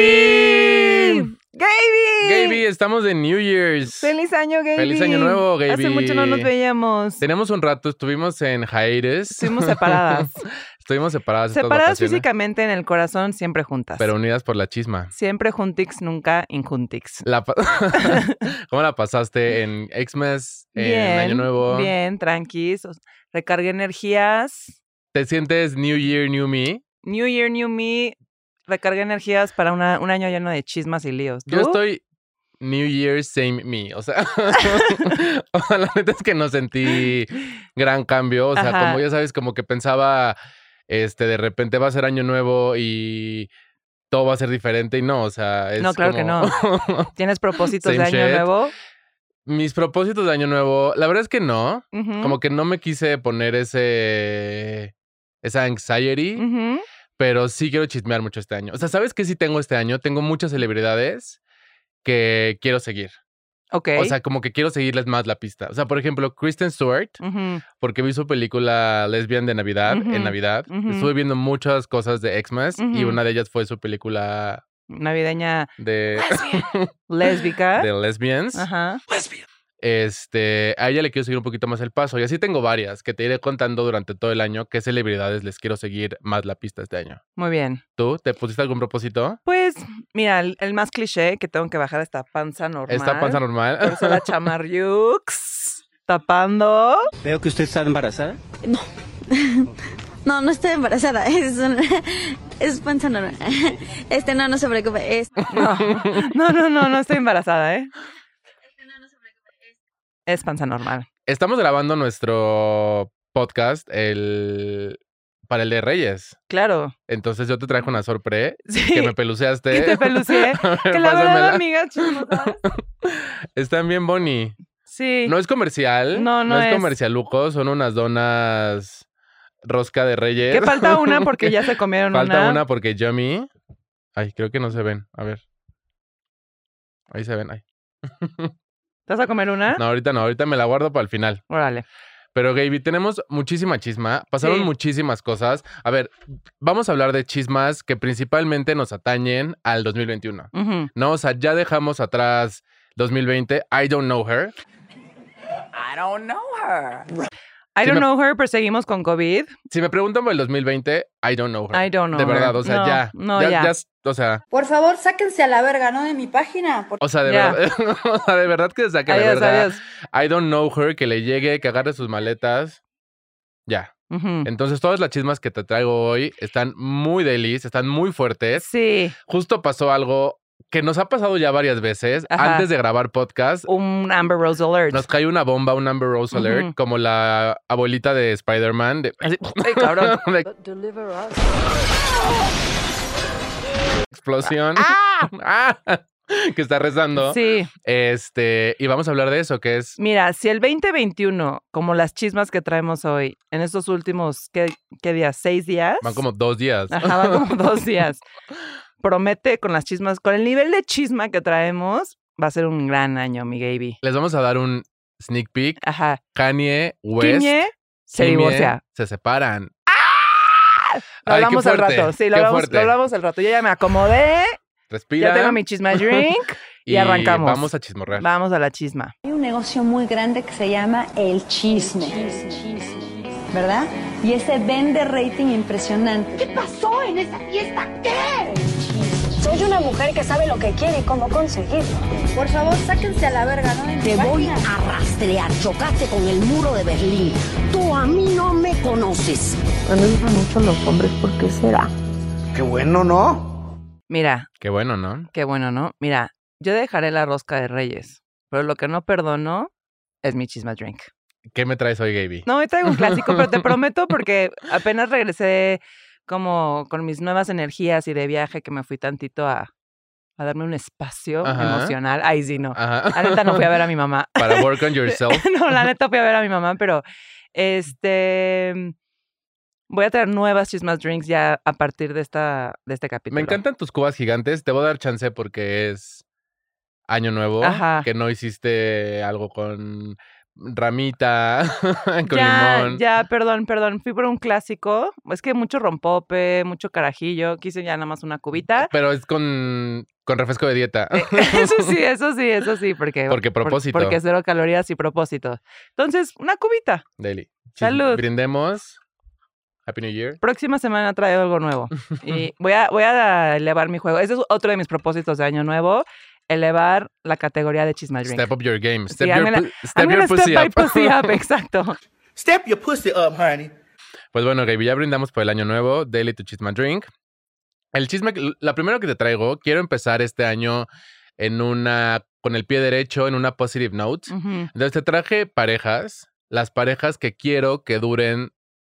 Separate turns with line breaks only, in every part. ¡Gaby! ¡Gaby!
Gaby, estamos de New Year's.
¡Feliz año, Gaby!
Feliz año nuevo, Gaby.
Hace mucho no nos veíamos.
Tenemos un rato, estuvimos en Jaires.
Estuvimos separadas.
estuvimos separadas. estas
separadas
vacaciones,
físicamente en el corazón, siempre juntas.
Pero unidas por la chisma.
Siempre juntix, nunca injuntix.
La pa- ¿Cómo la pasaste en Xmas, en Año Nuevo?
Bien, tranquis. o- Recargué energías.
¿Te sientes New Year, New Me?
New Year, New Me. Recargué energías para una- un año lleno de chismas y líos.
Yo
¿Tú?
estoy New Year, Same Me. O sea, o sea, la neta es que no sentí gran cambio. O sea,
Ajá.
como ya sabes, como que pensaba, este, de repente va a ser Año Nuevo y todo va a ser diferente. Y no, o sea, es
No, claro que
como-
¿Tienes propósitos de
Same
año
shit.
nuevo?
Mis propósitos de Año Nuevo, la verdad es que no.
Ujú,
Como que no me quise poner ese. Esa anxiety,
ujú.
pero sí quiero chismear mucho este año. O sea, ¿sabes qué sí tengo este año? Tengo muchas celebridades que quiero seguir.
Ok.
O sea, como que quiero seguirles más la pista. O sea, por ejemplo, Kristen Stewart,
Ujú,
porque vi su película Lesbian de Navidad
Ujú,
en Navidad.
ujú.
Estuve viendo muchas cosas de Xmas y
Ujú.
una de ellas fue su película
Navideña
de,
lésbica. Pues
de Lesbians.
Ah, Ajá.
Este, a ella le quiero seguir un poquito más el paso. Y así tengo varias que te iré contando durante todo el año qué celebridades les quiero seguir más la pista este año.
Muy bien.
¿Tú te pusiste algún propósito?
Pues, mira, el, el más cliché que tengo que bajar esta panza normal.
¿Está panza
Por
normal?
eso la chamarriux. Tapando.
Veo que usted está embarazada.
No, no estoy embarazada. Es, un- es panza normal. Este, no, no se preocupe. Es,
No, no, no, no, no estoy embarazada, ¿eh? Es panza normal.
Estamos grabando nuestro podcast el, para el de Reyes.
Claro.
Entonces yo te traje una sorpresa
Sí.
que me peluceaste. eh.
que te pelucié.
A ver,
Que la verdad,
pásamela.
amiga, chismosas.
Están bien boni.
Sí.
No es comercial.
No, no
es,
es.
comercialuco. Son unas donas rosca de Reyes.
Que falta una porque ya se comieron
Falta una porque Yummy. Ay, creo que no se ven. A ver. Ahí se ven. Ay.
¿Te vas a comer una?
No, ahorita no. Ahorita me la guardo para el final.
Órale.
Pero, Gaby, tenemos muchísima chisma. Pasaron
Sí.
muchísimas cosas. A ver, vamos a hablar de chismas que principalmente nos atañen al 2021.
Ujú.
No, o sea, ya dejamos atrás 2020. I don't know her.
I
Sí
don't
me-
know her, pero seguimos con COVID.
Si me preguntan por el 2020, I don't know her.
I don't know.
de verdad,
her.
o sea,
No,
ya,
No,
ya,
ya.
ya, O sea,
Por favor, sáquense a la verga, ¿no? De mi página.
o sea, de
Ya.
verdad. o sea, de verdad que saque de
Adiós,
verdad.
adiós.
I don't know her, que le llegue, que agarre sus maletas. Ya.
Ujú.
Entonces, todas las chismas que te traigo hoy están muy delis, están muy fuertes.
Sí,
Justo pasó algo que nos ha pasado ya varias veces
Ajá.
antes de grabar podcast.
un Amber Rose alert.
Nos cayó una bomba, un Amber Rose
Ujú.
Alert, como la abuelita de Spider-Man. de-
Así, ay, cabrón.
de explosión. ¡Ah! que está rezando.
Sí,
Este, y vamos a hablar de eso, que es
mira, si el 2021, como las chismas que traemos hoy, en estos últimos, ¿qué, qué días? ¿Seis días?
van como dos días.
Ajá, van como dos días. Promete con las chismas, con el nivel de chisma que traemos, va a ser un gran año, mi baby.
Les vamos a dar un sneak peek.
Ajá.
Kanye West
Kimye se
Kimye
divorcia. ¡Ah!
se separan.
Lo
Ay, qué
hablamos al
fuerte,
rato. Sí,
qué
lo hablamos,
fuerte.
lo hablamos al rato. Yo ya me acomodé,
Respira.
ya tengo mi chisma drink. y arrancamos.
Vamos a chismorrear.
Vamos a la chisma.
Hay un negocio muy grande que se llama el chisme. ¿Verdad? Y ese vende rating impresionante. ¿Qué pasó en esa fiesta? ¿Qué?
Soy una mujer que sabe lo que quiere y cómo conseguirlo.
Por favor, sáquense a la verga, ¿no? De mi
Te voy
página.
a rastrear. Chocaste con el muro de Berlín. Tú a mí no me conoces.
Qué bueno, ¿no?
Mira,
Qué bueno, ¿no?
Qué bueno, ¿no? Mira, yo dejaré la rosca de Reyes, pero lo que no perdono es mi chisma drink.
¿Qué me traes hoy, Gaby?
No, hoy traigo un clásico, pero te prometo porque apenas regresé como con mis nuevas energías y de viaje que me fui tantito a, a darme un espacio
Ajá.
emocional. Ay, sí, no.
Ajá.
La neta no fui a ver a mi mamá.
Para work on yourself.
no, la neta fui a ver a mi mamá, pero este... Voy a traer nuevas chismas drinks ya a partir de, esta, de este capítulo.
Me encantan tus cubas gigantes. Te voy a dar chance porque es año nuevo.
Ajá.
Que no hiciste algo con ramita con
ya,
limón.
ya, perdón, perdón. Fui por un clásico. Es que mucho rompope, mucho carajillo. Quise ya nada más
Mm.
una cubita. eh,
Pero es con, con refresco de dieta.
eso sí, eso sí, eso sí. Porque,
Porque
por-
propósito.
porque cero calorías y propósito. Entonces, una cubita.
Deli. Chis-
Salud.
Brindemos. Happy New Year.
Próxima semana traigo algo nuevo. Y voy a, voy a elevar mi juego. Ese es otro de mis propósitos de año nuevo. Elevar la categoría de Chisma Drink.
Step up your game.
Sí,
Step
I'm
your,
gonna-
pu- step
I'm gonna
your
step
pussy
by
up.
pussy up, exacto.
Step your pussy up, honey.
Pues bueno, Gaby, ya brindamos por el año nuevo. Daily to Chisma Drink. El chisme, que- la primera que te traigo, quiero empezar este año en una, con el pie derecho, en una positive note.
Ujú.
Entonces te traje parejas, las parejas que quiero que duren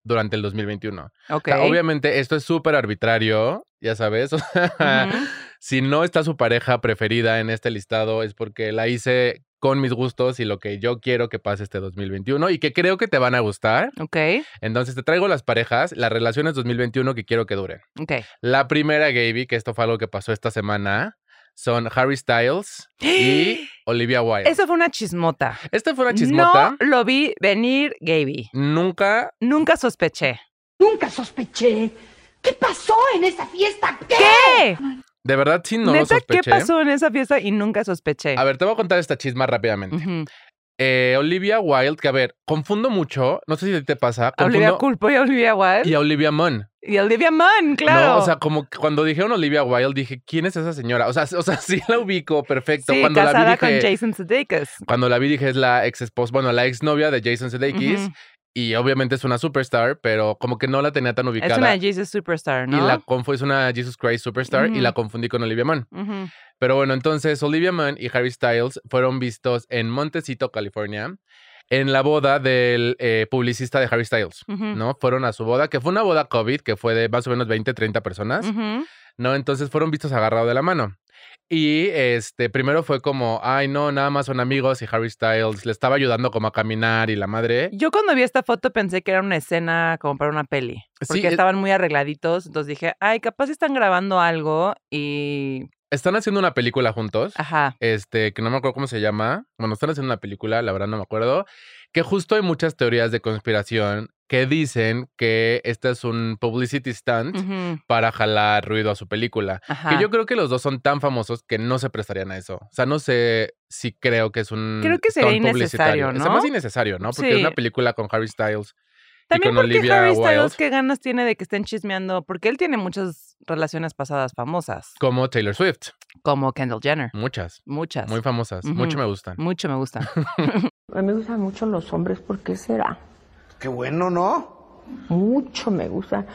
durante el 2021.
Ok.
O sea, obviamente esto es súper arbitrario, ya sabes. o sea,
Ujú.
Si no está su pareja preferida en este listado es porque la hice con mis gustos y lo que yo quiero que pase este 2021 y que creo que te van a gustar.
Ok,
Entonces te traigo las parejas, las relaciones 2021 que quiero que duren.
ok.
La primera, Gaby, que esto fue algo que pasó esta semana, son Harry Styles y Olivia Wilde.
Eso fue una chismota.
Esta fue una chismota.
¡Eh! No lo vi venir, Gaby.
Nunca
Nunca sospeché.
Nunca sospeché. ¿Qué pasó en esa fiesta? ¿Qué?
¿Qué?
De verdad, sí, no lo
Neta,
sospeché.
¿qué pasó en esa fiesta? Y nunca sospeché.
A ver, te voy a contar esta chisma rápidamente.
Ujú.
Eh, Olivia Wilde, que a ver, confundo mucho, no sé si a ti te pasa,
A
confundo
Olivia Culpo y a Olivia Wilde.
y a Olivia Munn.
Y a Olivia Munn, claro.
¿no? O sea, como que cuando dijeron Olivia Wilde, dije, ¿quién es esa señora? O sea, o sea sí la ubico perfecto.
sí,
cuando,
casada
la vi,
con
dije,
Jason Sudeikis.
cuando la vi, dije, es la ex esposa, bueno, la ex novia de Jason Sudeikis.
Ujú.
Y obviamente es una superstar, pero como que no la tenía tan ubicada.
Es una Jesus Superstar, ¿no?
Y la confu- es una Jesus Christ Superstar y
Ujú.
la confundí con Olivia Munn.
Ujú.
Pero bueno, entonces Olivia Munn y Harry Styles fueron vistos en Montecito, California, en la boda del eh, publicista de Harry Styles,
Ujú.
¿no? Fueron a su boda, que fue una boda COVID, que fue de más o menos 20, 30 personas,
Ujú.
¿no? Entonces fueron vistos agarrados de la mano. Y este, primero fue como, ay, no, nada más son amigos y Harry Styles le estaba ayudando como a caminar y la madre.
Yo cuando vi esta foto pensé que era una escena como para una peli. Porque
Sí, es-
estaban muy arregladitos. Entonces dije, ay, capaz están grabando algo y...
Están haciendo una película juntos.
Ajá.
este, que no me acuerdo cómo se llama. Bueno, están haciendo una película, la verdad no me acuerdo. Que justo hay muchas teorías de conspiración que dicen que este es un publicity stunt
Ujú.
para jalar ruido a su película.
Ajá.
Que yo creo que los dos son tan famosos que no se prestarían a eso. O sea, no sé si creo que es un.
Creo que sería
stunt publicitario.
innecesario,
Es
¿no?
más innecesario, ¿no? Porque es
Sí.
una película con Harry Styles.
También
con
porque
Olivia
Harry Styles,
Wilde.
¿qué ganas tiene de que estén chismeando? Porque él tiene muchas relaciones pasadas famosas,
Como Taylor Swift.
como Kendall Jenner.
Muchas.
Muchas.
Muy famosas. Mucho
Ujú.
me gustan.
Mucho me gustan.
A mí me gustan mucho los hombres, ¿por qué será?
Qué bueno, ¿no?
Mucho me gusta.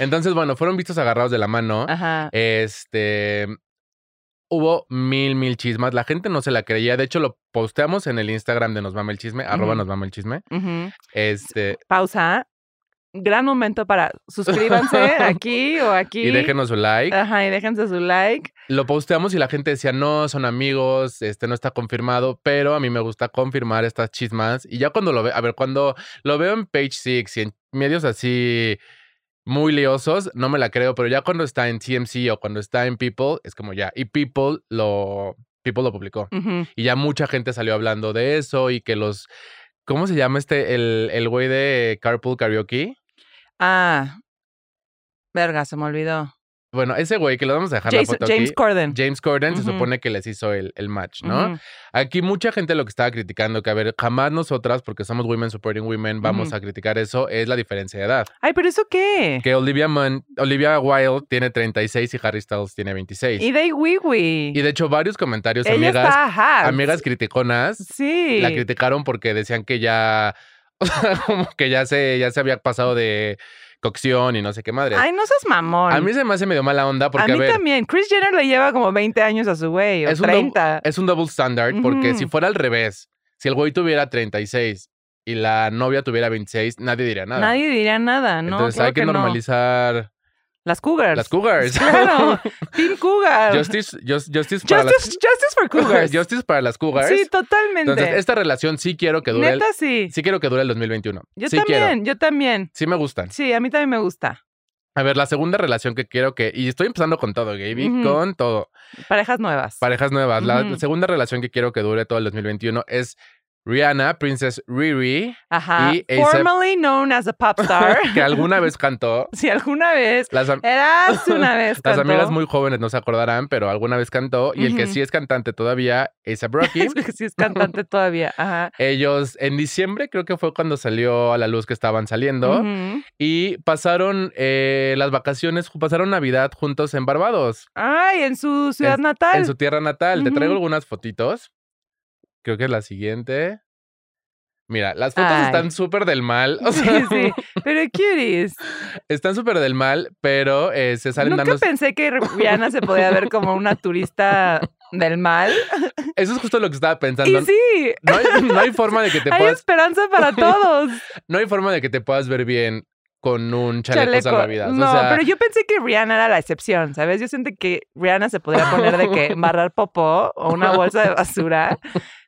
Entonces, bueno, fueron vistos agarrados de la mano.
Ajá.
Este. Hubo mil, mil chismas. La gente no se la creía. De hecho, lo posteamos en el Instagram de Nos Mama el Chisme, arroba
Ujú.
Nos Mama el Chisme.
Ujú.
Este.
Pausa. Gran momento para suscríbanse aquí o aquí.
Y déjenos su like.
Ajá, y déjense su like.
Lo posteamos y la gente decía, no, son amigos, este no está confirmado, pero a mí me gusta confirmar estas chismas. Y ya cuando lo veo, a ver, cuando lo veo en Page Six y en medios así muy liosos, no me la creo, pero ya cuando está en TMC o cuando está en People, es como ya. Y People lo, People lo publicó.
Ujú.
Y ya mucha gente salió hablando de eso y que los. ¿Cómo se llama este? El, el güey de Carpool Karaoke.
Ah. Verga, se me olvidó.
Bueno, ese güey que lo vamos a dejar la
Jason-
foto
James
aquí.
Corden.
James Corden se
Ujú.
supone que les hizo el, el match, ¿no?
Ujú.
Aquí mucha gente lo que estaba criticando, que a ver, jamás nosotras, porque somos women supporting women, vamos
Ujú.
a criticar eso, es la diferencia de edad.
Ay, pero ¿eso qué?
Que Olivia, Munn- Olivia Wilde tiene 36 y Harry Styles tiene 26.
Y
Y,
de Wiwi.
de hecho, varios comentarios,
Ella
amigas,
está ajá.
amigas criticonas,
Sí.
la criticaron porque decían que ya, o sea, como que ya se, ya se había pasado de cocción y no sé qué madre.
Ay, no seas mamón.
Este, a mí se me hace medio mala onda porque,
a
a,
mí
ver,
también. Chris Jenner le lleva como 20 años a su güey, o
Es un doble-
30.
es un double standard porque
Ujú.
si fuera al revés, si el güey tuviera 36 y la novia tuviera 26, nadie diría nada.
Nadie diría nada, ¿no?
Entonces
Claro
hay que,
no.
normalizar
Las cougars.
las cougars.
Claro. Team cougar.
justice, just- justice para
justice, justice for
las
cougars.
Justice para las cougars.
Sí, totalmente.
Entonces, esta relación sí quiero que dure el,
Neta, sí.
sí quiero que dure el 2021.
Yo
sí
también,
quiero.
yo también.
Sí me gustan.
Sí, a mí también me gusta.
A ver, la segunda relación que quiero que. Y estoy empezando con todo, Gaby.
Ujú.
Con todo.
Parejas nuevas.
Parejas nuevas. La
Ujú.
segunda relación que quiero que dure todo el 2021 es Rihanna, Princess Riri,
Ajá.
Y A$AP.
Formerly known as a pop star.
que alguna vez cantó.
si alguna vez
Las, am-
eras una vez.
las
cantó.
amigas muy jóvenes no se acordarán, pero alguna vez cantó. Y el que
Ujú.
sí es cantante todavía es a Rocky.
Es que sí es cantante todavía. Ajá.
Ellos en diciembre creo que fue cuando salió a la luz que estaban saliendo
Ujú.
y pasaron eh, las vacaciones, ju- pasaron Navidad juntos en Barbados,
Ay, en su ciudad natal.
en su tierra natal. Te traigo
Ujú.
algunas fotitos. Creo que es la siguiente. Mira, las fotos
Ay.
están súper del mal, o sea,
Sí, sí. Pero cuties.
están súper del mal, pero eh, se salen
Nunca
dando...
pensé que Rihanna se podía ver como una turista del mal.
Eso es justo lo que estaba pensando.
Y sí,
No hay, no hay forma de que te
hay
puedas,
esperanza para todos.
no hay forma de que te puedas ver bien con un chaleco,
Chaleco.
salvavidas.
No,
o sea,
pero yo pensé que Rihanna era la excepción, ¿sabes? Yo siento que Rihanna se podría poner de que embarrar popó o una bolsa de basura.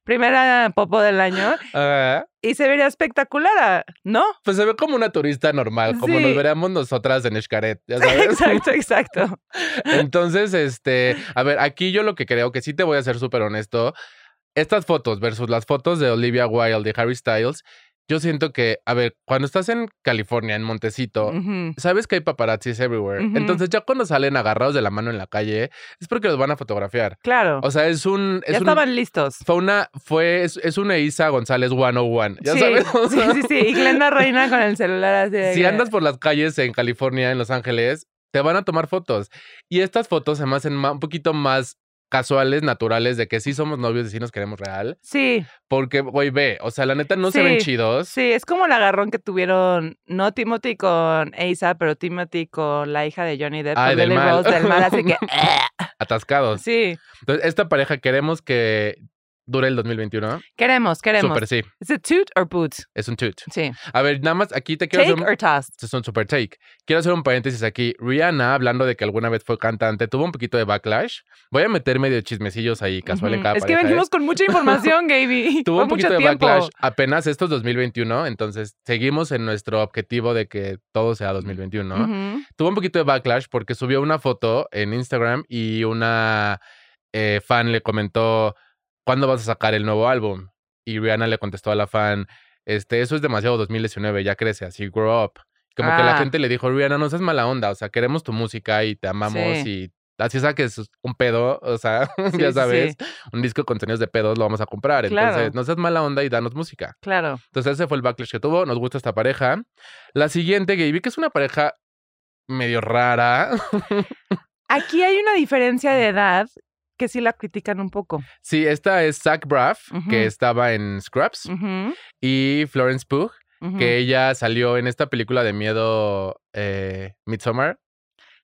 Primera popó del año
ah.
y se vería espectacular, ¿ah? ¿no?
Pues se ve como una turista normal, como nos
Sí.
veríamos nosotras en Escaret, ya sabes.
Exacto, exacto.
Entonces, este, a ver, aquí yo lo que creo que sí te voy a ser súper honesto, estas fotos versus las fotos de Olivia Wilde, de Harry Styles, yo siento que, a ver, cuando estás en California, en Montecito,
Ujú.
sabes que hay paparazzis everywhere.
Ujú.
Entonces, ya cuando salen agarrados de la mano en la calle, es porque los van a fotografiar.
Claro.
O sea, es un es
ya
un-
estaban listos.
fue una fue es, es una Isa González 101, ya
sí,
sabes. O sea,
sí, sí, sí. Y Glenda Reina con el celular así. de
si
que-
andas por las calles en California, en Los Ángeles, te van a tomar fotos. Y estas fotos se me hacen ma- un poquito más casuales, naturales, de que sí somos novios y sí nos queremos real.
Sí,
Porque, güey, ve, o sea, la neta no se
Sí,
ven chidos.
sí, es como el agarrón que tuvieron, no Timothy con Asa, pero Timothy con la hija de Johnny Depp,
Ay,
con
del
Lily
mal.
Rose del mal, así que eh,
Atascados.
sí,
Entonces, esta pareja queremos que dure el 2021.
queremos, queremos.
Super sí,
¿Es it toot or boot?
es un chute.
Sí.
A ver, nada más aquí te quiero
Take
hacer un...
or toss.
Este es un super take. Quiero hacer un paréntesis aquí. Rihanna, hablando de que alguna vez fue cantante, tuvo un poquito de backlash. Voy a meter medio chismecillos ahí, casual en
Ujú.
cada
Es que
pareja, ¿eh?
venimos con mucha información, Gaby.
Tuvo
Fue
un poquito
mucho
de
tiempo.
backlash apenas esto es 2021, entonces seguimos en nuestro objetivo de que todo sea 2021.
Ujú.
Tuvo un poquito de backlash porque subió una foto en Instagram y una eh, fan le comentó, ¿cuándo vas a sacar el nuevo álbum? Y Rihanna le contestó a la fan, este, eso es demasiado 2019, ya crece, así grow up. Como que la
Ah.
gente le dijo, Rihanna, no seas mala onda, o sea, queremos tu música y te amamos y así saques un pedo, o sea,
Sí,
ya
sí,
sabes
sí,
un disco con sonidos de pedos lo vamos a comprar.
Claro.
Entonces, no seas mala onda y danos música.
Claro.
Entonces, ese fue el backlash que tuvo. Nos gusta esta pareja. La siguiente, Gaby, que es una pareja medio rara.
Aquí hay una diferencia de edad que sí la critican un poco.
Sí, esta es Zach Braff,
Ujú. Mm.
que estaba en Scraps,
Ujú,
y Florence Pugh,
ujú.
que ella salió en esta película de miedo eh, Midsommar.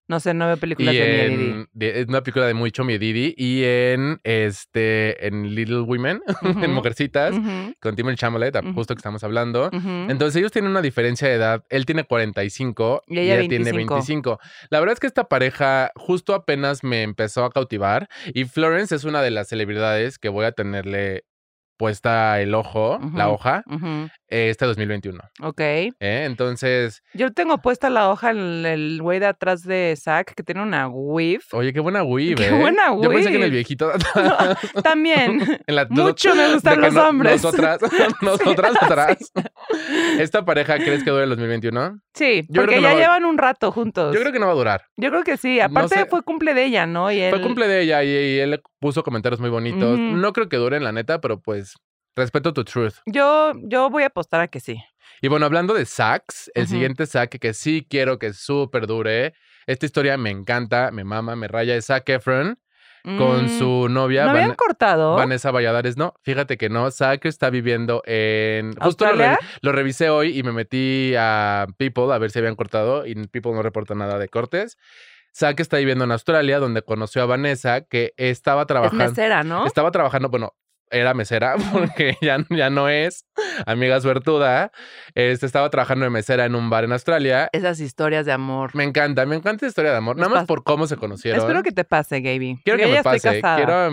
No sé, no veo
Y
películas de Mia Didi.
en, de- es una película de mucho Miedidi. Y en este en Little Women,
Ujú,
en Mujercitas,
ujú,
con Timon Chamalet,
Ujú.
justo que estamos hablando.
ujú.
Entonces ellos tienen una diferencia de edad. Él tiene 45
Y ella
tiene
25.
25. La verdad es que esta pareja justo apenas me empezó a cautivar y Florence es una de las celebridades que voy a tenerle puesta el ojo, la
Ujú.
hoja,
Ujú,
eh, este 2021.
Ok.
¿eh? Entonces,
Yo tengo puesta la hoja en el güey de atrás de Zack que tiene una whiff.
oye, qué buena weave,
Qué
¿eh?
buena
Yo pensé que en el
weave.
viejito...
También.
en la-
Mucho me
de
gustan
que
los
no-
hombres.
Nosotras, nosotras atrás. ¿Esta pareja crees que dure el 2021?
Sí,
Yo creo
porque
que no
ya
va-
llevan un rato juntos.
Yo creo que no va a durar.
Yo creo que sí.
No
Aparte
sé.
fue cumple de ella, ¿no? Y él...
Fue cumple de ella y, y él le puso comentarios muy bonitos.
Ujú.
No creo que duren, la neta, pero pues respeto tu truth.
Yo, yo voy a apostar a que sí.
Y bueno, hablando de sacks, el
Ujú.
siguiente sack que sí quiero que súper dure. Esta historia me encanta, me mama, me raya. Es Zac Efron con
Mm,
su novia
¿No
Van-
habían cortado?
Vanessa Valladares. No, fíjate que no. Zac está viviendo en. Justo lo,
¿Australia?
revi- lo revisé hoy y me metí a People a ver si habían cortado y People no reporta nada de cortes. Zac está viviendo en Australia, donde conoció a Vanessa, que estaba
Es
trabajando.
mesera, ¿no?
Estaba trabajando, bueno, era mesera, porque ya, ya no es, amiga suertuda. Este, estaba trabajando de mesera en un bar en Australia.
Esas historias de amor.
Me encanta, me encanta la historia de amor.
Nos
Nada más
pas-
por cómo se conocieron.
Espero que te pase, Gaby.
Quiero
porque ya
que me
estoy
pase.
casada.
Quiero a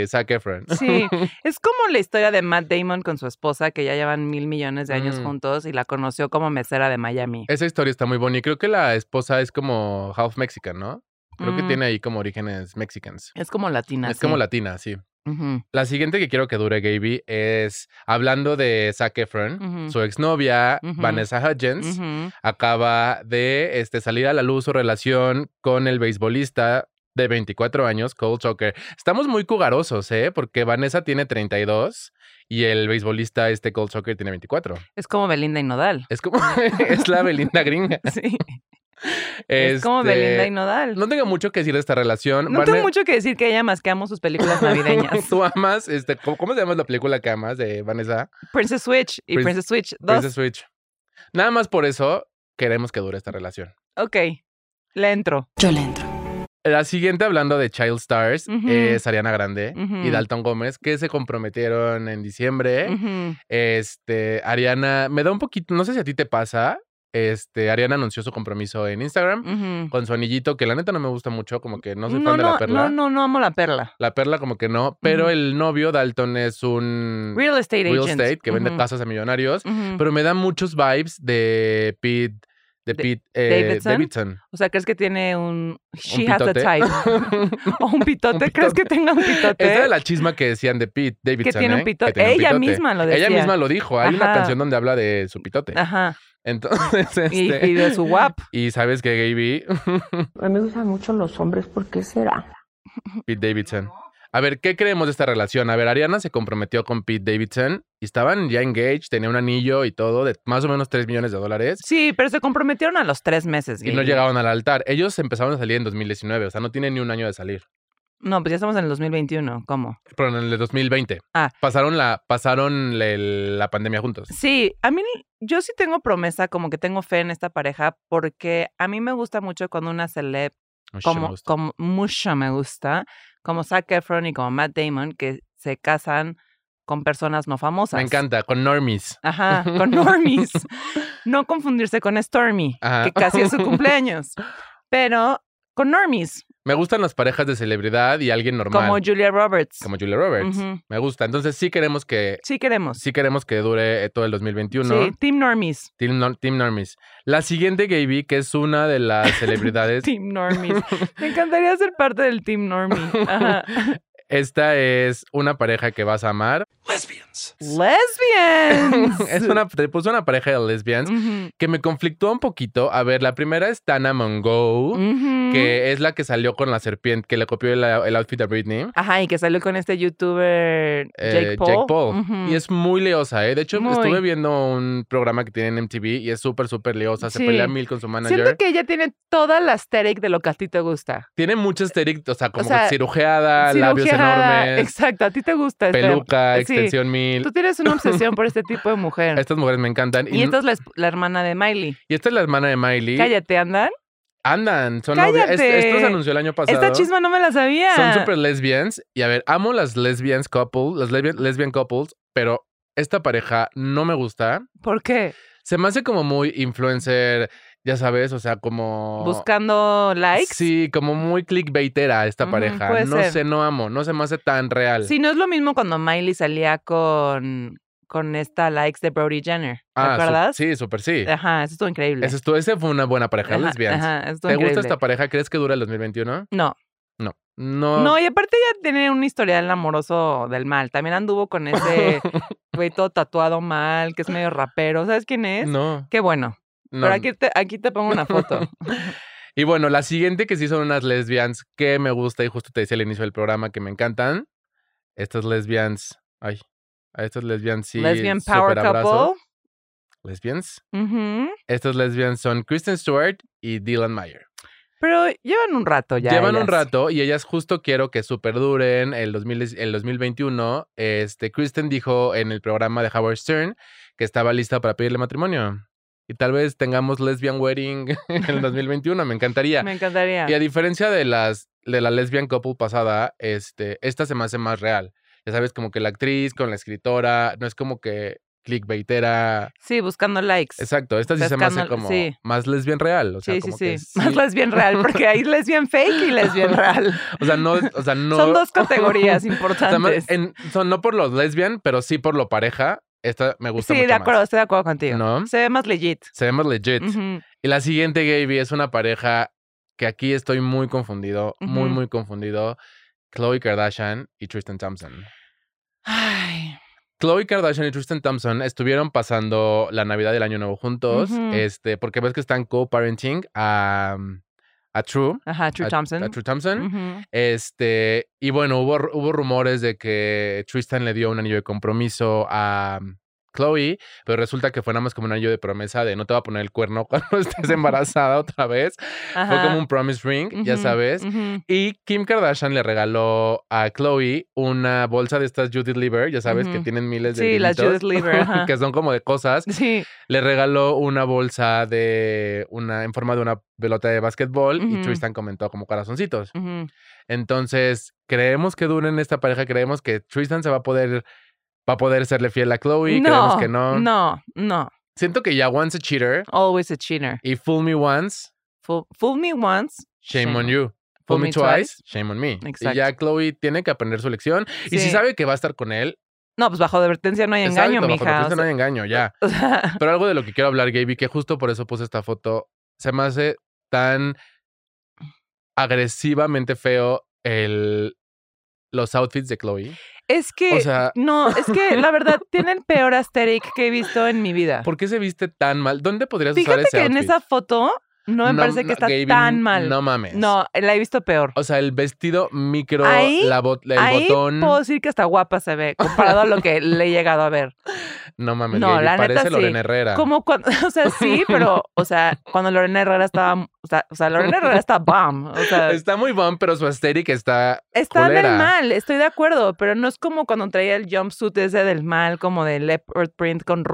mi Zac Efron.
Sí, es como la historia de Matt Damon con su esposa, que ya llevan mil millones de años
Mm. Eh,
juntos y la conoció como mesera de Miami.
Esa historia está muy bonita. y Creo que la esposa es como half mexican, ¿no? Creo que
Mm.
tiene ahí como orígenes mexicanos.
Es como latina.
Es como
sí.
latina, sí.
Ujú,
La siguiente que quiero que dure, Gaby, es hablando de Zac Efron,
Ujú.
su exnovia,
Ujú.
Vanessa Hudgens.
ujú.
acaba de este, salir a la luz su relación con el beisbolista de 24 años, Cole Tucker. Estamos muy cugarosos, ¿eh? Porque Vanessa tiene 32 y el beisbolista este Cole Tucker tiene 24.
Es como Belinda y Nodal.
Es como, es la Belinda gringa.
Sí, es como
Este,
Belinda y Nodal.
No tengo mucho que decir de esta relación.
No tengo
Vane-
mucho que decir que ella más que amo sus películas navideñas.
Tú amas, este, ¿cómo, cómo se llama la película que amas de Vanessa?
Princess Switch y
Prin-
Princess Switch 2.
Princess Switch. Nada más por eso queremos que dure esta
Mm.
relación.
Ok, le entro.
Yo le entro.
La siguiente, hablando de Child Stars,
Ujú.
es Ariana Grande
Ujú.
y Dalton Gómez, que se comprometieron en diciembre.
Ujú.
Este, Ariana, me da un poquito, no sé si a ti te pasa. Este, Ariana anunció su compromiso en Instagram
Ujú.
con su anillito, que la neta no me gusta mucho, como que no soy
no,
fan de
no,
la perla.
no, no, no amo la perla.
La perla, como que no, pero
Ujú.
el novio Dalton es un
Real estate
Mm. real
agent.
estate que vende
Ujú,
casas a millonarios,
ujú.
pero me da muchos vibes de Pete,
De-
de, Pete eh,
Davidson.
Davidson.
O sea, ¿crees que tiene un she
Un
has a
pitote.
type? o un pitote, ¿crees que
pitote.
tenga un pitote?
Esta de la chisma que decían de Pete Davidson.
que tiene
¿eh?
un pitote.
Que tiene un
Ella
pitote.
misma lo decía.
Ella misma lo dijo. Hay una
Ajá.
canción donde habla de su pitote.
Ajá.
Entonces,
Y,
este.
y
Y,
de su guap.
sabes que Gaby,
A mí me gustan mucho los hombres, ¿por qué será?
Pete Davidson. A ver, ¿qué creemos de esta relación? A ver, Ariana se comprometió con Pete Davidson y estaban ya engaged, tenía un anillo y todo de más o menos 3 millones de dólares
Sí, pero se comprometieron a los tres meses.
y no
Gaby.
llegaron al altar. Ellos empezaron a salir en 2019, o sea, no tienen ni un año de salir.
No, pues ya estamos en el 2021. ¿Cómo?
Pero en el 2020.
Ah.
Pasaron la pasaron el- la pandemia juntos.
Sí, a mí yo sí tengo promesa, como que tengo fe en esta pareja, porque a mí me gusta mucho cuando una celeb
Ush, me
como,
gusta.
como mucho me gusta, como Zac Efron y como Matt Damon, que se casan con personas no famosas.
Me encanta, con Normies.
Ajá, con normies. No confundirse con Stormy,
Ajá.
que casi es su cumpleaños. Pero con normies,
Me gustan las parejas de celebridad y alguien normal.
como
Como,
Julia Roberts.
Julia Roberts.
Ujú.
Me gusta. Entonces sí queremos que
Sí queremos.
sí queremos que dure eh, todo el 2021.
Sí, Team Normies.
Team, Nor- Team Normies. La siguiente Gaby, que es una de las celebridades.
Team Normies. Me encantaría ser parte del Team Normie. Ajá.
Esta es una pareja que vas a amar.
Lesbians.
es una, te puso una pareja de lesbians
Ujú,
que me conflictó un poquito. A ver, la primera es Tana Mongo,
ujú.
que es la que salió con la serpiente, que le copió el, el outfit a Britney.
Ajá, y que salió con este youtuber Jake
eh,
Paul. Ujú.
Y es muy leosa, ¿eh? De hecho,
Muy.
estuve viendo un programa que tiene en MTV y es súper, súper leosa. Se
Sí.
pelea mil con su manager.
Siento que ella tiene toda la aesthetic de lo que a ti te gusta.
Tiene muchas esteric, o sea, como
Eh, sea,
cirujeada, Ah, labios
Cirujeada,
enormes,
Exacto, a ti te gusta. este-
peluca,
sí.
extensión mil.
Tú tienes una obsesión por este tipo de mujer.
Estas mujeres me encantan.
y esta es la, esp- la hermana de Miley.
y esta es la hermana de Miley.
Cállate, andan.
Andan, son novias. Es-
Cállate.
esto se anunció el año pasado.
Esta chisma no me la sabía.
Son súper lesbians. Y a ver, amo las lesbians couples, las lesbian, lesbian couples, pero esta pareja no me gusta.
¿Por qué?
Se me hace como muy influencer, ya sabes, o sea, como...
¿Buscando likes?
Oh. Sí, como muy clickbaitera esta
Ujú,
pareja.
puede
No
ser.
sé, no amo, no se me hace tan real.
Sí, no es lo mismo cuando Miley salía con, con esta likes de Brody Jenner. ¿Te
Ah, su-
acuerdas?
sí, súper sí.
Ajá, eso estuvo increíble.
Ese, estuvo- ese fue una buena pareja,
Ajá,
lesbians.
Ajá, eso estuvo
¿Te
increíble.
gusta esta pareja? ¿Crees que dura el 2021?
No.
No. No.
No, y aparte ella tiene un historial amoroso del mal. También anduvo con ese güey todo tatuado mal, que es medio rapero. ¿Sabes quién es?
no,
Qué bueno.
no.
Pero aquí te, aquí te pongo una foto.
Y bueno, la siguiente que sí son unas lesbians que me gusta y justo te decía al inicio del programa que me encantan. Estas lesbians. Ay. A estas lesbians sí.
Lesbian Power
superabrazo.
Couple.
Lesbians.
Ujú.
Estas lesbians son Kristen Stewart y Dylan Meyer.
Pero llevan un rato ya.
Llevan un
ellas.
rato y ellas justo quiero que superduren el, 2000, el 2021. Este, Kristen dijo en el programa de Howard Stern que estaba lista para pedirle matrimonio. Y tal vez tengamos lesbian wedding en el 2021, me encantaría.
Me encantaría.
Y a diferencia de las de la lesbian couple pasada, este, esta se me hace más real. Ya sabes, como que la actriz con la escritora, no es como que clickbaitera.
Sí, buscando likes.
Exacto, esta sí se me hace
Pescando-
como
sí.
más lesbian real. O sea,
sí, sí,
como
sí,
que
Más lesbian real, porque hay lesbian fake y lesbian real.
O sea, no, o sea, no.
Son dos categorías
O sea, más
importantes.
en- son no por los lesbian, pero sí por lo pareja. Esta me gusta
sí,
mucho
de acuerdo,
más.
estoy de acuerdo contigo.
¿No?
Se ve más legit.
Se ve más legit.
Ujú.
Y la siguiente, Gaby, es una pareja que aquí estoy muy confundido, muy,
Ujú.
muy confundido. Khloe Kardashian y Tristan Thompson.
Ay.
Khloe Kardashian y Tristan Thompson estuvieron pasando la Navidad y el Año Nuevo juntos,
Ujú.
este, porque ves que están co-parenting a, mm, a True.
Ajá, True
a-
Thompson.
A, True Thompson.
Ujú.
Este, y bueno, hubo, ru- hubo rumores de que Tristan le dio un anillo de compromiso a mm, Chloe, pero resulta que fue nada más como un anillo de promesa de no te va a poner el cuerno cuando estés embarazada otra vez. Fue
Ajá.
como un promise ring, ya
Ujú,
sabes.
ujú.
Y Kim Kardashian le regaló a Chloe una bolsa de estas Judith Lever, ya sabes que
Ujú.
tienen miles de
Sí, las
brillitos,
Judith Lever, ajá.
que son como de cosas.
Sí.
Le regaló una bolsa de una en forma de una pelota de básquetbol y
Ujú.
Tristan comentó como corazoncitos.
ujú.
Entonces, creemos que duren esta pareja, creemos que Tristan se va a poder va a poder serle fiel a Chloe, creemos que no.
No, no.
Siento que ya once a cheater
Always a cheater.
y fool me once,
Fool, fool me once.
shame, on you. Fool me twice, shame on me. Y ya
Exacto.
Chloe tiene que aprender su lección y si
Sí.
sabe que va a estar con él,
No, pues bajo advertencia no hay
exacto,
engaño,
bajo
mija. o
protesta no hay engaño, ya.
sea- o sea,
Pero algo de lo que quiero hablar, Gaby, que justo por eso puse esta foto, se me hace tan agresivamente feo el los outfits de Chloe.
es que.
O sea,
no, es que la verdad tiene el peor asterisk que he visto en mi vida.
¿Por qué se viste tan mal? ¿Dónde podrías usar
Ah. Fíjate
ese
que en
outfit?
esa foto no me parece
no,
que está
Gaby,
tan mal.
No
No,
mames.
la he visto peor.
O sea, el vestido micro,
Ahí-
la bot- el
Ahí
botón.
puedo decir que hasta guapa se ve comparado a lo que le he llegado a ver.
No mames,
No,
Gaby,
la neta,
parece Lorena
sí.
Herrera.
Como cuando, o sea, sí, pero, o sea, cuando Lorena Herrera estaba, o sea, o sea, Lorena Herrera está bomb. O sea,
Está muy bon, pero su aesthetic está.
Está
culera.
del mal, estoy de acuerdo, pero no es como cuando traía el jumpsuit ese del mal, como de leopard print con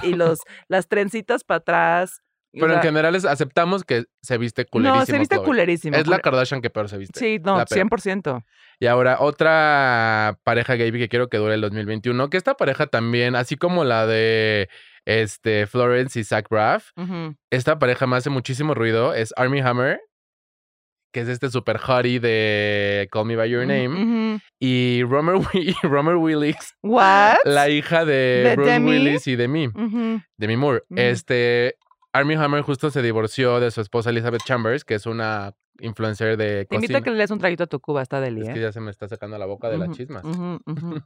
rosa y los, las trencitas para atrás. y, o
Pero en
sea,
general es- aceptamos que se viste culerísimo.
no, se viste
Chloe.
culerísimo.
Es la
cule-
Kardashian que peor se viste.
Sí, no,
la peor.
100%.
Y ahora otra pareja Gaby que quiero que dure el 2021, que esta pareja también, así como la de este Florence y Zach Braff,
Ujú.
esta pareja me hace muchísimo ruido. Es Army Hammer, que es este super hottie de Call Me By Your Name.
Ujú.
Y Romer, Wi- y Romer Willis,
What?
la hija de,
¿De
Bruce
Demi?
Willis y Demi,
Ujú.
Demi Moore.
Ujú.
Este, Army Hammer justo se divorció de su esposa Elizabeth Chambers, que es una influencer de
Te invito
cocina.
a que le des un traguito a tu cuba, está deli,
Es que
¿eh?
ya se me está sacando la boca de las
Ujú,
chismas.
ujú, ujú,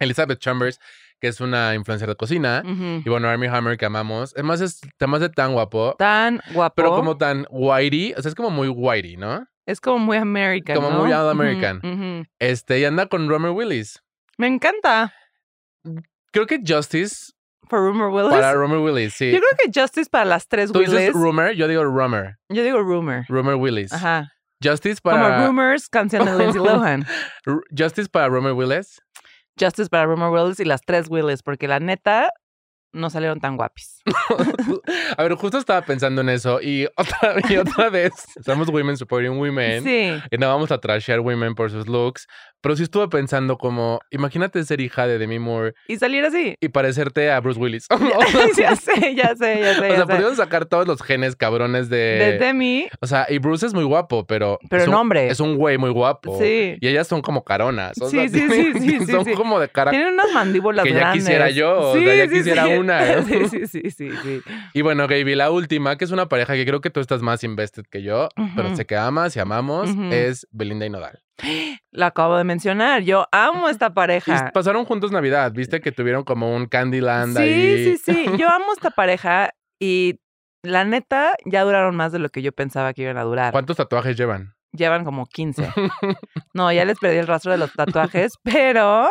Elizabeth Chambers, que es una influencer de cocina.
ujú.
Y bueno, Army Hammer, que amamos. Además, es, además de tan guapo.
Tan guapo.
Pero como tan whitey, o sea, es como muy whitey, ¿no?
es como muy American.
como
¿no?
muy all
Ujú,
American.
ujú.
Este, y anda con Romer Willis.
Me encanta.
Creo que Justice
For Rumor Willis.
para Romer Willis, sí.
Yo creo que Justice para las tres
Tú dices
Willis.
Rumor, yo digo Romer.
Yo digo rumor.
Romer Willis.
Ajá.
Justice para
Como rumors, canción de Lindsay Lohan.
R- Justice para Romer Willis.
Justice para Rumor Willis y las tres Willis, porque la neta no salieron tan guapis.
A ver, justo estaba pensando en eso y otra, y otra vez somos women supporting women.
Sí.
Y no vamos a trashear women por sus looks, pero sí estuve pensando como, imagínate ser hija de Demi Moore
Y salir así.
y parecerte a Bruce Willis. o
ya sé, ya sé, ya sé.
sea,
ya sé.
pudieron sacar todos los genes cabrones de...
De Demi,
O sea, y Bruce es muy guapo, pero.
Pero
es un,
en hombre.
Es un güey muy guapo.
Sí.
Y ellas son como caronas. o
Sí,
sea,
sí,
tienen-
sí, sí, sí,
Son
sí.
como de cara.
tiene unas mandíbulas
que ya
grandes.
quisiera yo, o sea, ya quisiera una.
sí, sí, sí, sí, sí.
Y bueno, Gaby, la última, que es una pareja que creo que tú estás más invested que yo, pero
Ujú.
sé que amas y amamos,
Ujú.
es Belinda y Nodal.
La acabo de mencionar. Yo amo esta
Y
pareja.
pasaron juntos Navidad, viste que tuvieron como un Candyland
sí,
ahí.
sí, sí. Yo amo esta pareja y la neta ya duraron más de lo que yo pensaba que iban a durar.
¿Cuántos tatuajes llevan?
llevan como 15. No, ya les perdí el rastro de los tatuajes, pero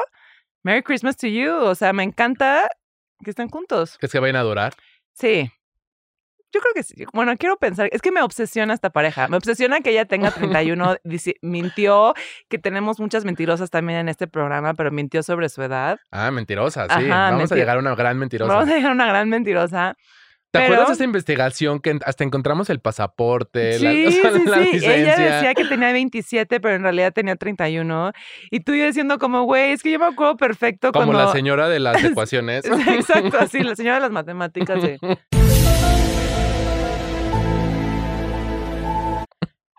Merry Christmas to you. O sea, me encanta que estén juntos.
¿Es que vayan a adorar?
Sí. Yo creo que sí. Bueno, quiero pensar, es que me obsesiona esta pareja. Me obsesiona que ella tenga 31, dice- mintió, que tenemos muchas mentirosas también en este programa, pero mintió sobre su edad.
Ah, mentirosa, sí.
Ajá,
Vamos a
mentir-
llegar a una gran mentirosa.
Vamos a dejar una gran mentirosa.
¿Te acuerdas
pero-
de esa investigación que en- hasta encontramos el pasaporte,
Sí,
la, o
sí,
sea, la
sí. Ella
licencia?
decía que tenía 27, pero en realidad tenía 31. Y tú y yo diciendo como, güey, es que yo me acuerdo perfecto
Como
cuando...
la señora de las ecuaciones.
Exacto, así, la señora de las matemáticas. sí.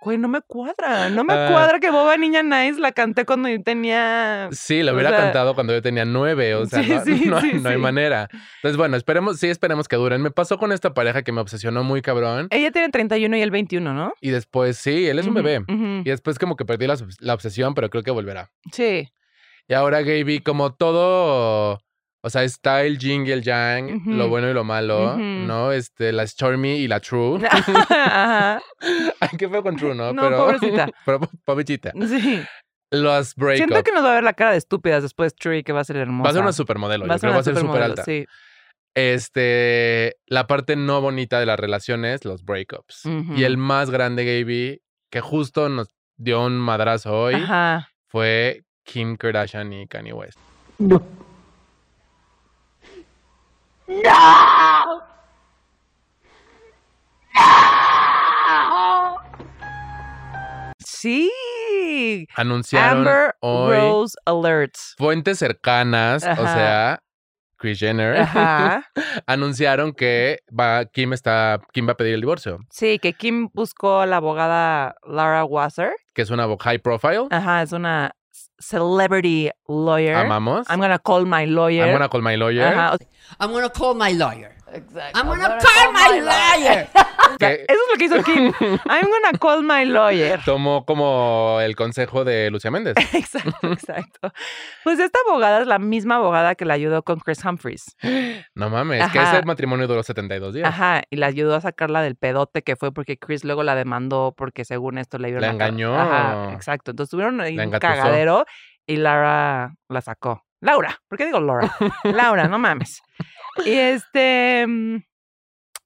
güey, no me cuadra. No me
Ah.
cuadra que Boba Niña Nice la canté cuando yo tenía.
Sí, la hubiera
O sea-
cantado cuando yo tenía nueve, o sea,
Sí,
no,
sí,
no-
sí,
no hay
sí.
manera. Entonces, bueno, esperemos, sí, esperemos que duren. Me pasó con esta pareja que me obsesionó muy cabrón
Ella tiene 31 y el 21, ¿no?
y después, sí, él es un
Ujú,
bebé.
ujú.
Y después como que perdí la, obs- la obsesión, pero creo que volverá.
Sí.
Y ahora Gaby, como todo, o sea, está el jing y el yang,
Ujú.
lo bueno y lo malo,
Ujú.
¿no? Este, la Stormy y la True.
Ajá.
Ay, qué feo con True, ¿no?
No, pobrecita.
Pero po- pobrecita.
Sí.
Los break
Siento
up.
que nos va a ver la cara de estúpidas después Tree, que va a ser hermosa.
Va a ser una supermodelo, yo creo que va a ser súper
supermodelo,
alta.
Sí.
Este, la parte no bonita de las relaciones, los breakups.
Ujú.
Y el más grande, Gaby, que justo nos dio un madrazo hoy,
Ajá.
fue Kim Kardashian y Kanye West.
No.
Sí.
Anunciaron
Amber
hoy
Rose Alert.
fuentes cercanas, o
Ajá.
sea, Kris Jenner,
Ajá.
anunciaron que va, Kim, está, Kim va a pedir el divorcio,
Sí, que Kim buscó a la abogada Laura Wasser.
que es una abo- high profile.
Ajá, es una c- celebrity lawyer.
Amamos.
I'm gonna call my lawyer.
I'm gonna call my lawyer.
Ajá, o
I'm gonna call my lawyer. Exactly. I'm gonna, call, my, lawyer.
sea,
que
eso es lo que hizo Kim. I'm gonna call my lawyer.
tomó como el consejo de Lucía Méndez.
Exacto, exacto. Pues esta abogada es la misma abogada que la ayudó con Chris Humphries.
No mames, que
Ajá.
ese matrimonio duró 72 días.
Ajá, y la ayudó a sacarla del pedote que fue porque Chris luego la demandó porque según esto le iban
La
a car-
engañó.
Ajá, exacto. Entonces tuvieron ahí
La
un
engatusó.
cagadero y Laura la sacó. Laura, ¿por qué digo Laura? Laura, no mames. Y este. mm,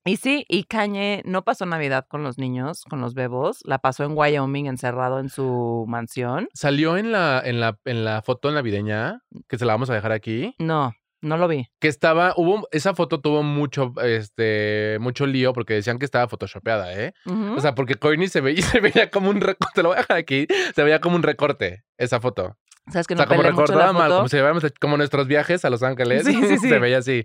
Y sí, y Kanye no pasó Navidad con los niños, con los bebos. La pasó en Wyoming, encerrado en su mansión.
Salió en la, en la, en la foto navideña, que se la vamos a dejar aquí,
No, no lo vi.
que estaba, hubo, esa foto tuvo mucho, este, mucho lío porque decían que estaba photoshopeada, ¿eh?
Ujú.
O sea, porque Courtney se veía, se veía como un recorte, te lo voy a dejar aquí, se veía como un recorte esa foto.
Sabes que
o
no
sea, como
peleé mucho la
recordaba mal,
foto.
como si lleváramos como nuestros viajes a Los Ángeles,
Sí, sí, sí.
se veía así.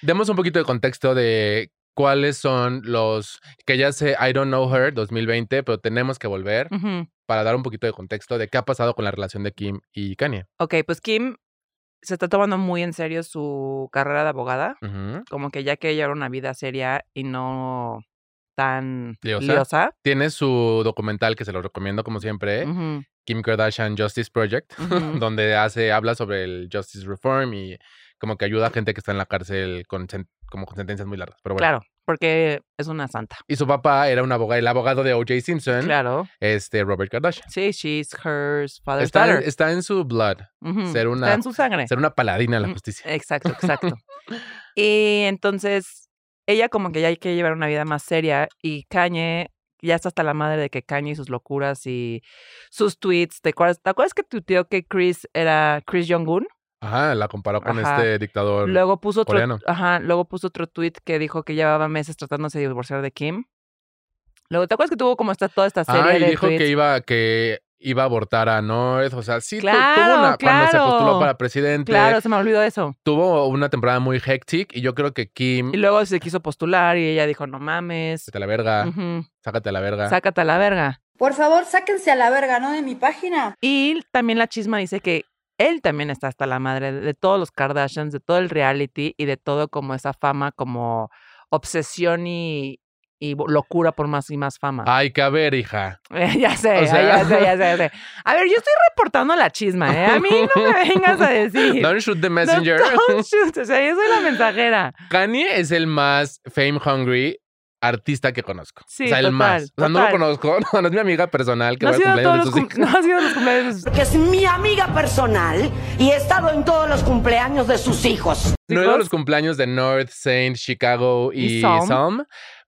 Demos un poquito de contexto de cuáles son los que ya sé I Don't Know Her 2020, pero tenemos que volver
Ujú.
para dar un poquito de contexto de qué ha pasado con la relación de Kim y Kanye.
Ok, pues Kim se está tomando muy en serio su carrera de abogada,
Ujú.
como que ya quiere llevar una vida seria y no tan
Liosa.
liosa.
Tiene su documental que se lo recomiendo como siempre,
Ujú,
Kim Kardashian Justice Project,
Ujú.
donde hace habla sobre el justice reform y como que ayuda a gente que está en la cárcel con sen- como con sentencias muy largas. Pero bueno.
Claro, porque es una santa.
Y su papá era un abogado, el abogado de O.J. Simpson,
Claro.
este Robert Kardashian.
Sí, she's hers, father's
Está en,
daughter.
está en su blood,
Ujú,
ser una-
Está en su sangre.
ser una paladina de la
Mm,
justicia.
Exacto, exacto. y entonces, ella como que ya quiere llevar una vida más seria y Kanye ya está hasta la madre de que Kanye y sus locuras y sus tweets. ¿Te acuerdas, ¿te acuerdas que tu tío que Chris era Chris Jong-un?
Ajá, la comparó con
Ajá.
este dictador.
Luego puso otro,
coreano.
ajá, luego puso otro tweet que dijo que llevaba meses tratándose de divorciar de Kim. Luego, ¿te acuerdas que tuvo como esta, toda esta serie
Ah, y
de
dijo
tweets?
que iba, que iba a abortar a North. O sea, sí, tu- tuvo
Claro,
una. Cuando se postuló
claro.
para presidente,
Claro, se me olvidó eso.
tuvo una temporada muy hectic. Y yo creo que Kim,
Y luego se quiso postular y ella dijo, no mames,
sácate a la verga,
ujú,
sácate a la verga.
sácate a la verga.
Por favor, sáquense a la verga, ¿no? De mi página.
Y también la chisma dice que él también está hasta la madre de todos los Kardashians, de todo el reality y de todo como esa fama, como obsesión y, y bo- locura por más y más fama. Eh,
Ay, que a ver, hija.
ya sé,
Ah, o sea-
ya sé, ya sé, ya sé. A ver, yo estoy reportando la chisma, ¿eh? A mí no me vengas a decir.
Don't shoot the
No,
messenger.
don't shoot. O sea, yo soy la mensajera.
Kanye es el más fame hungry artista que conozco.
Sí,
o sea, el
total,
más. O sea, no lo
total.
conozco, no, no es mi amiga personal que
No ha
va al
sido todos los,
cumpleaños de sus
cum-
hijos.
no ha sido los cumpleaños de sus
Que es mi amiga personal y he estado en todos los cumpleaños de sus hijos.
No he ido a
hijos.
los cumpleaños de North, Saint, Chicago y,
Y Psalm.
Psalm,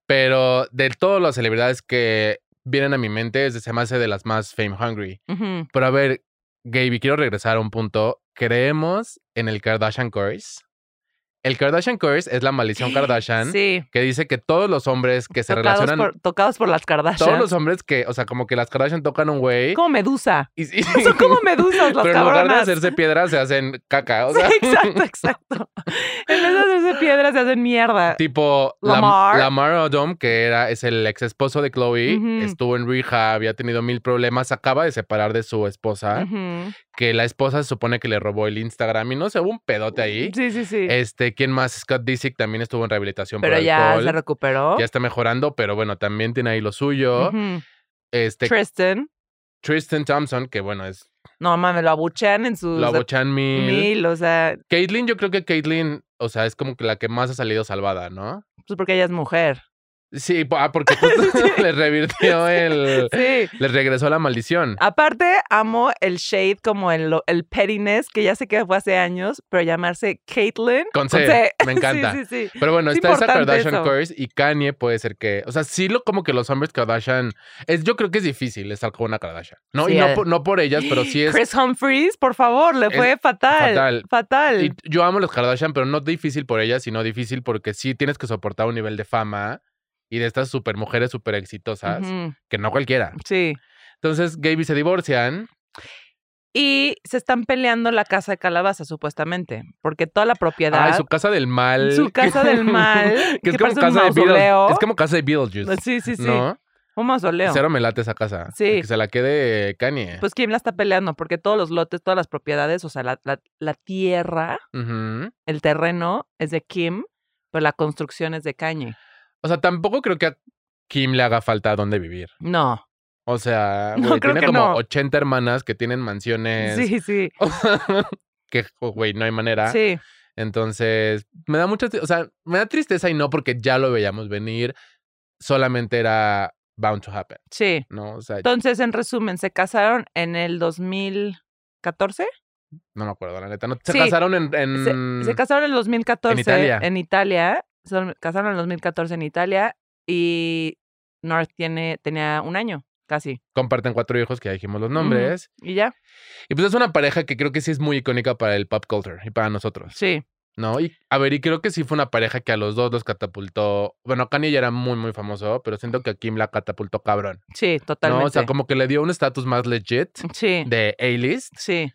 pero de todas las celebridades que vienen a mi mente, es de- se me hace de las más fame hungry.
Ujú.
Pero a ver, Gaby, quiero regresar a un punto. ¿Creemos en el Kardashian Curse? El Kardashian Curse es la maldición Kardashian
Sí.
que dice que todos los hombres que se
tocados,
relacionan,
por, tocados por las Kardashian.
todos los hombres que, o sea, como que las Kardashian tocan un güey.
Como Medusa.
y- y-
Son como medusas las
Pero en lugar de
cabronas.
hacerse piedras, se hacen caca. O sea,
exacto, exacto. En vez de hacerse piedras, se hacen mierda.
Tipo Lam-
Lamar.
Lamar. Odom, que era, es el ex esposo de Chloe,
Ujú.
estuvo en rehab, había tenido mil problemas, se acaba de separar de su esposa,
Ujú.
que la esposa se supone que le robó el Instagram y no sé, hubo un pedote ahí.
Sí, sí, sí.
Este, ¿quién más? Scott Disick también estuvo en rehabilitación
Pero
por
ya
alcohol.
se recuperó.
Ya está mejorando, pero bueno, también tiene ahí lo suyo.
Ujú.
Este,
Tristan.
Tristan Thompson, que bueno, es
No mames, lo abuchean en sus
Lobo Chan Mil.
mil, o sea,
Caitlyn, yo creo que Caitlyn, o sea, es como que la que más ha salido salvada, ¿no?
pues porque ella es mujer.
Sí, po- ah, porque justo les revirtió el.
Sí.
Les regresó la maldición.
Aparte, amo el shade como el, lo- el pettiness, que ya sé que fue hace años, pero llamarse Caitlyn.
Con C, me encanta.
Sí, sí, sí.
Pero bueno,
es
está esa
importante
Kardashian
eso.
Curse y Kanye puede ser que. O sea, sí, lo, como que los hombres Kardashian. Es, yo creo que es difícil estar con una Kardashian. No,
Sí,
y no,
eh.
por, no por ellas, pero sí es.
Chris Humphries, por favor, le
Es
fue fatal. Fatal.
fatal. y yo amo los Kardashian, pero no difícil por ellas, sino difícil porque sí tienes que soportar un nivel de fama y de estas super mujeres super exitosas,
Ujú,
que no cualquiera.
Sí.
Entonces, Gaby se divorcian.
Y se están peleando la casa de calabaza, supuestamente, porque toda la propiedad,
Ay, su casa del mal.
Su casa del mal,
que es
que
como
parece un
casa de
mausoleo.
Beatles. Es como casa de Beetlejuice.
pues, sí, sí, sí,
pues, ¿No?
un mausoleo.
Cero me late esa casa.
Sí.
Que se la quede Kanye.
Pues quién la está peleando, porque todos los lotes, todas las propiedades, o sea, la, la- la tierra,
Ujú.
el terreno es de Kim, pero la construcción es de Kanye.
O sea, tampoco creo que a Kim le haga falta donde vivir.
No,
O sea,
No,
güey,
creo
tiene
que
como
no.
80 hermanas que tienen mansiones.
sí, sí,
que, oh, güey, no hay manera.
sí.
Entonces, me da mucha, tri- o sea, me da tristeza y no porque ya lo veíamos venir, solamente era bound to happen,
Sí.
¿no? O sea,
Entonces, en resumen, se casaron en el 2014.
no me acuerdo, la neta. ¿no? Se
Sí.
casaron en...
Se-
Mm. en-
Se casaron en el 2014
En Italia.
En Italia. Se casaron en el 2014 en Italia y North tiene, tenía un año, casi.
Comparten cuatro hijos, que ya dijimos los nombres.
Y ya,
Y pues es una pareja que creo que sí es muy icónica para el pop culture y para nosotros,
sí.
¿no? Y a ver, y creo que sí fue una pareja que a los dos los catapultó. Bueno, Kanye ya era muy, muy famoso, pero siento que a Kim la catapultó cabrón,
Sí,
¿no?
totalmente.
O sea, como que le dio un estatus más legit
Sí,
de A-list.
sí,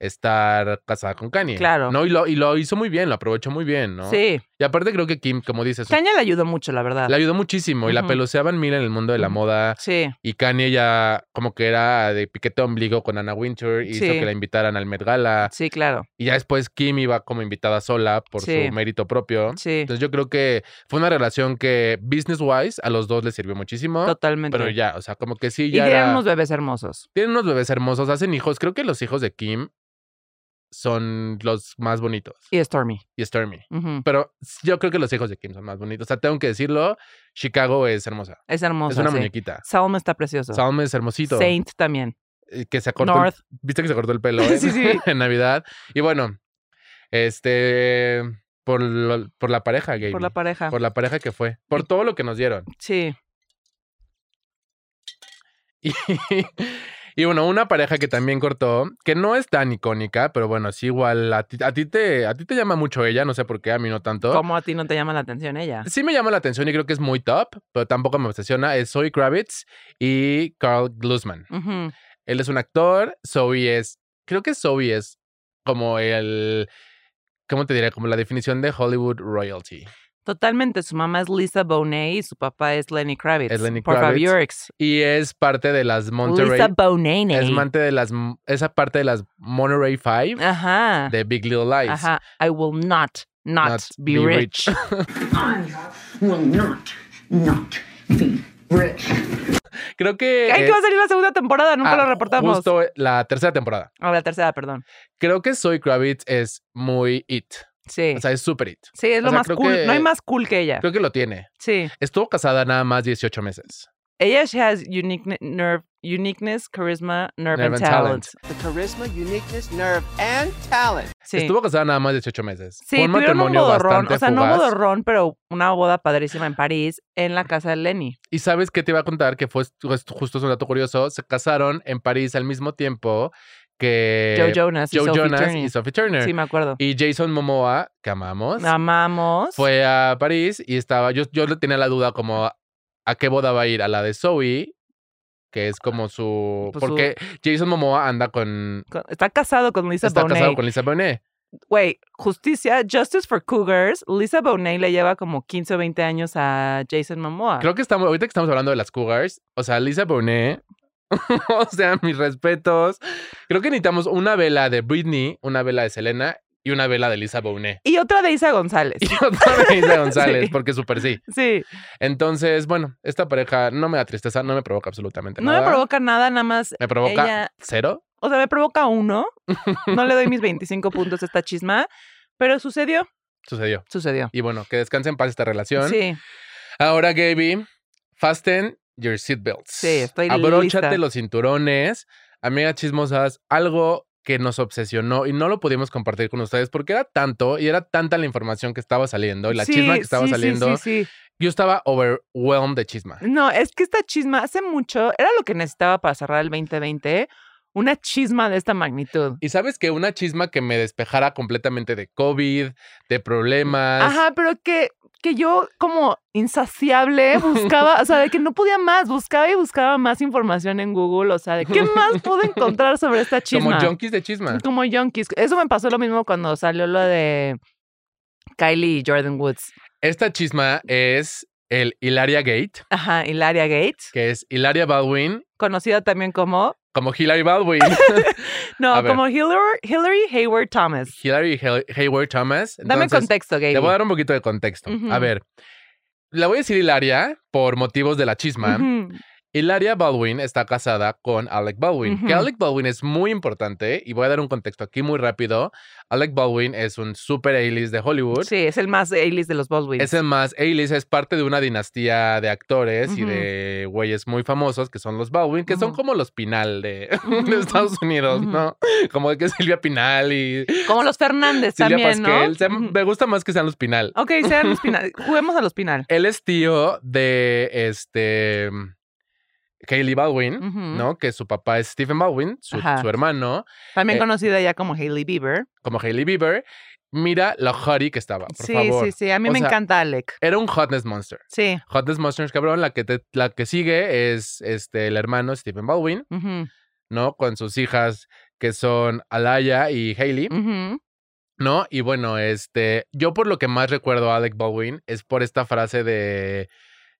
estar casada con Kanye.
Claro.
No, y lo, y lo hizo muy bien, lo aprovechó muy bien, ¿no?
sí.
Y aparte creo que Kim, como dices,
Kanye le ayudó mucho, la verdad.
le ayudó muchísimo y la
Ujú.
peluceaban mil en el mundo de la
Ujú.
moda.
Sí,
Y Kanye ya como que era de piquete de ombligo con Anna Winter, hizo
Sí.
que la invitaran al Met Gala.
sí, claro.
Y ya después Kim iba como invitada sola por
Sí.
su mérito propio.
Sí,
Entonces yo creo que fue una relación que business wise a los dos les sirvió muchísimo.
totalmente.
Pero ya, o sea, como que sí,
y
ya...
tienen
era-
unos bebés hermosos.
tienen unos bebés hermosos, hacen hijos. Creo que los hijos de Kim son los más bonitos.
Y Stormy.
y Stormy.
Ujú,
Pero yo creo que los hijos de Kim son más bonitos. O sea, tengo que decirlo, Chicago es hermosa.
Es hermosa.
es una
sí.
muñequita.
Salmo está precioso.
Salm es hermosito.
Saint también.
Eh, Que se cortó. el-
North.
Viste que se cortó el pelo ¿eh?
Sí, sí.
en Navidad. Y bueno, este por, lo- por la pareja, Gaby.
Por la pareja.
Por la pareja que fue. Por todo lo que nos dieron.
Sí.
Y, y bueno, una pareja que también cortó, que no es tan icónica, pero bueno, sí igual a ti, a ti te a ti te llama mucho ella, no sé por qué, a mí no tanto.
¿Cómo a ti no te llama la atención ella?
Sí me llama la atención y creo que es muy top, pero tampoco me obsesiona. Es Zoe Kravitz y Carl Glusman.
Ujú.
Él es un actor, Zoe es... Creo que Zoe es como el... ¿Cómo te diré? Como la definición de Hollywood royalty.
Totalmente. Su mamá es Lisa Bonet y su papá es Lenny Kravitz.
Es Lenny
Por
Kravitz.
favor,
Y es parte de las Monterey...
Lisa Bonet.
es parte de las... Esa parte de las Monterey Five
Ajá.
de Big Little Lies.
Ah. Ajá. I will not, not,
Not
be,
be
rich.
rich.
Will not, not be rich.
Creo que...
Ay,
eh,
que va a salir la segunda temporada. Nunca
ah,
lo reportamos.
Justo la tercera temporada.
A la tercera, perdón.
Creo que Zoe Kravitz es muy it.
Sí.
O sea, es súper it.
sí, es lo
o sea,
más
creo
cool.
que-
No hay más cool que ella.
Creo que lo tiene.
Sí.
Estuvo casada nada más 18 meses.
Ella she has unique nerve, uniqueness, charisma, nerve,
Nerve
and
and
talent.
talent.
The charisma, uniqueness, nerve, and talent.
Sí.
Estuvo casada nada más 18 meses.
Sí,
Fue un
tuvieron un
matrimonio
bodorrón,
bastante
o sea, no
fugaz.
bodorrón, pero una boda padrísima en París, en la casa de Lenny.
Y sabes qué te iba a contar que fue pues, justo es un dato curioso. Se casaron en París al mismo tiempo que
Joe Jonas y
Joe
Sophie
Jonas
Turner.
y Sophie Turner.
Sí, me acuerdo.
Y Jason Momoa, que amamos,
Amamos.
fue a París y estaba, yo, yo le tenía la duda como a qué boda va a ir, a la de Zoe, que es como su...
Pues su-
porque Jason Momoa anda con...
Con- Está casado con Lisa
está
Bonet.
casado con Lisa Bonet.
Güey, justicia, Justice for Cougars. Lisa Bonet le lleva como 15 o 20 años a Jason Momoa.
Creo que estamos, ahorita que estamos hablando de las Cougars, o sea, Lisa Bonet, o sea, mis respetos. Creo que necesitamos una vela de Britney, una vela de Selena y una vela de Lisa Bonet.
Y otra de Isa González.
Y otra de Isa González,
Sí.
porque súper sí.
Sí,
Entonces, bueno, esta pareja no me da tristeza, no me provoca absolutamente
no
nada.
me provoca nada, nada más.
Me provoca
ella-
cero.
O sea, me provoca uno. No le doy mis 25 puntos a esta chisma, pero sucedió,
Sucedió.
sucedió.
Y bueno, que descanse en paz esta relación.
Sí,
Ahora, Gaby, fasten your seatbelts.
Sí, estoy
Abróchate
lista.
los cinturones. Amigas chismosas, algo que nos obsesionó y no lo pudimos compartir con ustedes porque era tanto y era tanta la información que estaba saliendo y la
Sí,
chisma que estaba
sí, sí,
saliendo.
sí, sí.
Yo estaba overwhelmed de chisma.
No, es que esta chisma hace mucho era lo que necesitaba para cerrar el 2020, una chisma de esta magnitud.
Y sabes que una chisma que me despejara completamente de COVID, de problemas.
Ajá, pero que, que yo como insaciable buscaba, o sea, de que no podía más, buscaba y buscaba más información en Google, o sea, de qué más pude encontrar sobre esta chisma.
Como junkies de chisma.
Como junkies. Eso me pasó lo mismo cuando salió lo de Kylie y Jordan Woods.
Esta chisma es el Hilaria Gate,
Ajá, Hilaria Gates,
que es Hilaria Baldwin,
conocida también como,
como Hillary Baldwin. A
no,
ver.
como Hillary, Hillary Hayward Thomas.
Hillary Hay- Hayward Thomas.
Dame
Entonces,
contexto, Gaby.
Te voy a dar un poquito de contexto.
Ujú.
A ver. La voy a decir Hilaria por motivos de la chisma.
Ujú.
Hilaria Baldwin está casada con Alec Baldwin. Que
Ujú.
Alec Baldwin es muy importante y voy a dar un contexto aquí muy rápido. Alec Baldwin es un super A-list de Hollywood.
Sí, es el más A-list de los Baldwins.
Es el más, A-list es parte de una dinastía de actores y
Ujú.
de güeyes muy famosos que son los Baldwin, que son
Ujú.
como los Pinal de,
Ujú,
de Estados Unidos,
ujú.
¿no? Como de que Silvia Pinal y
Como los Fernández
Silvia
también,
Pasquel.
¿no?
Se-
Ujú.
Me gusta más que sean los Pinal.
Ok, sean los Pinal. Juguemos a los Pinal.
Él es tío de este Hailey Baldwin,
Ujú.
¿no? Que su papá es Stephen Baldwin, su,
Ajá.
su hermano,
También
Eh,
conocida ya como Hailey Bieber.
como Hailey Bieber. Mira lo hottie que estaba, Ah, por
Sí,
favor.
sí, sí. A mí
O
me
sea,
encanta Alec.
Era un hotness monster.
Sí.
Hotness Monsters, cabrón, la que, te- la que sigue es este, el hermano Stephen Baldwin,
Ujú,
¿no? Con sus hijas que son Alaya y Hailey,
ujú.
¿no? Y bueno, este, yo por lo que más recuerdo a Alec Baldwin es por esta frase de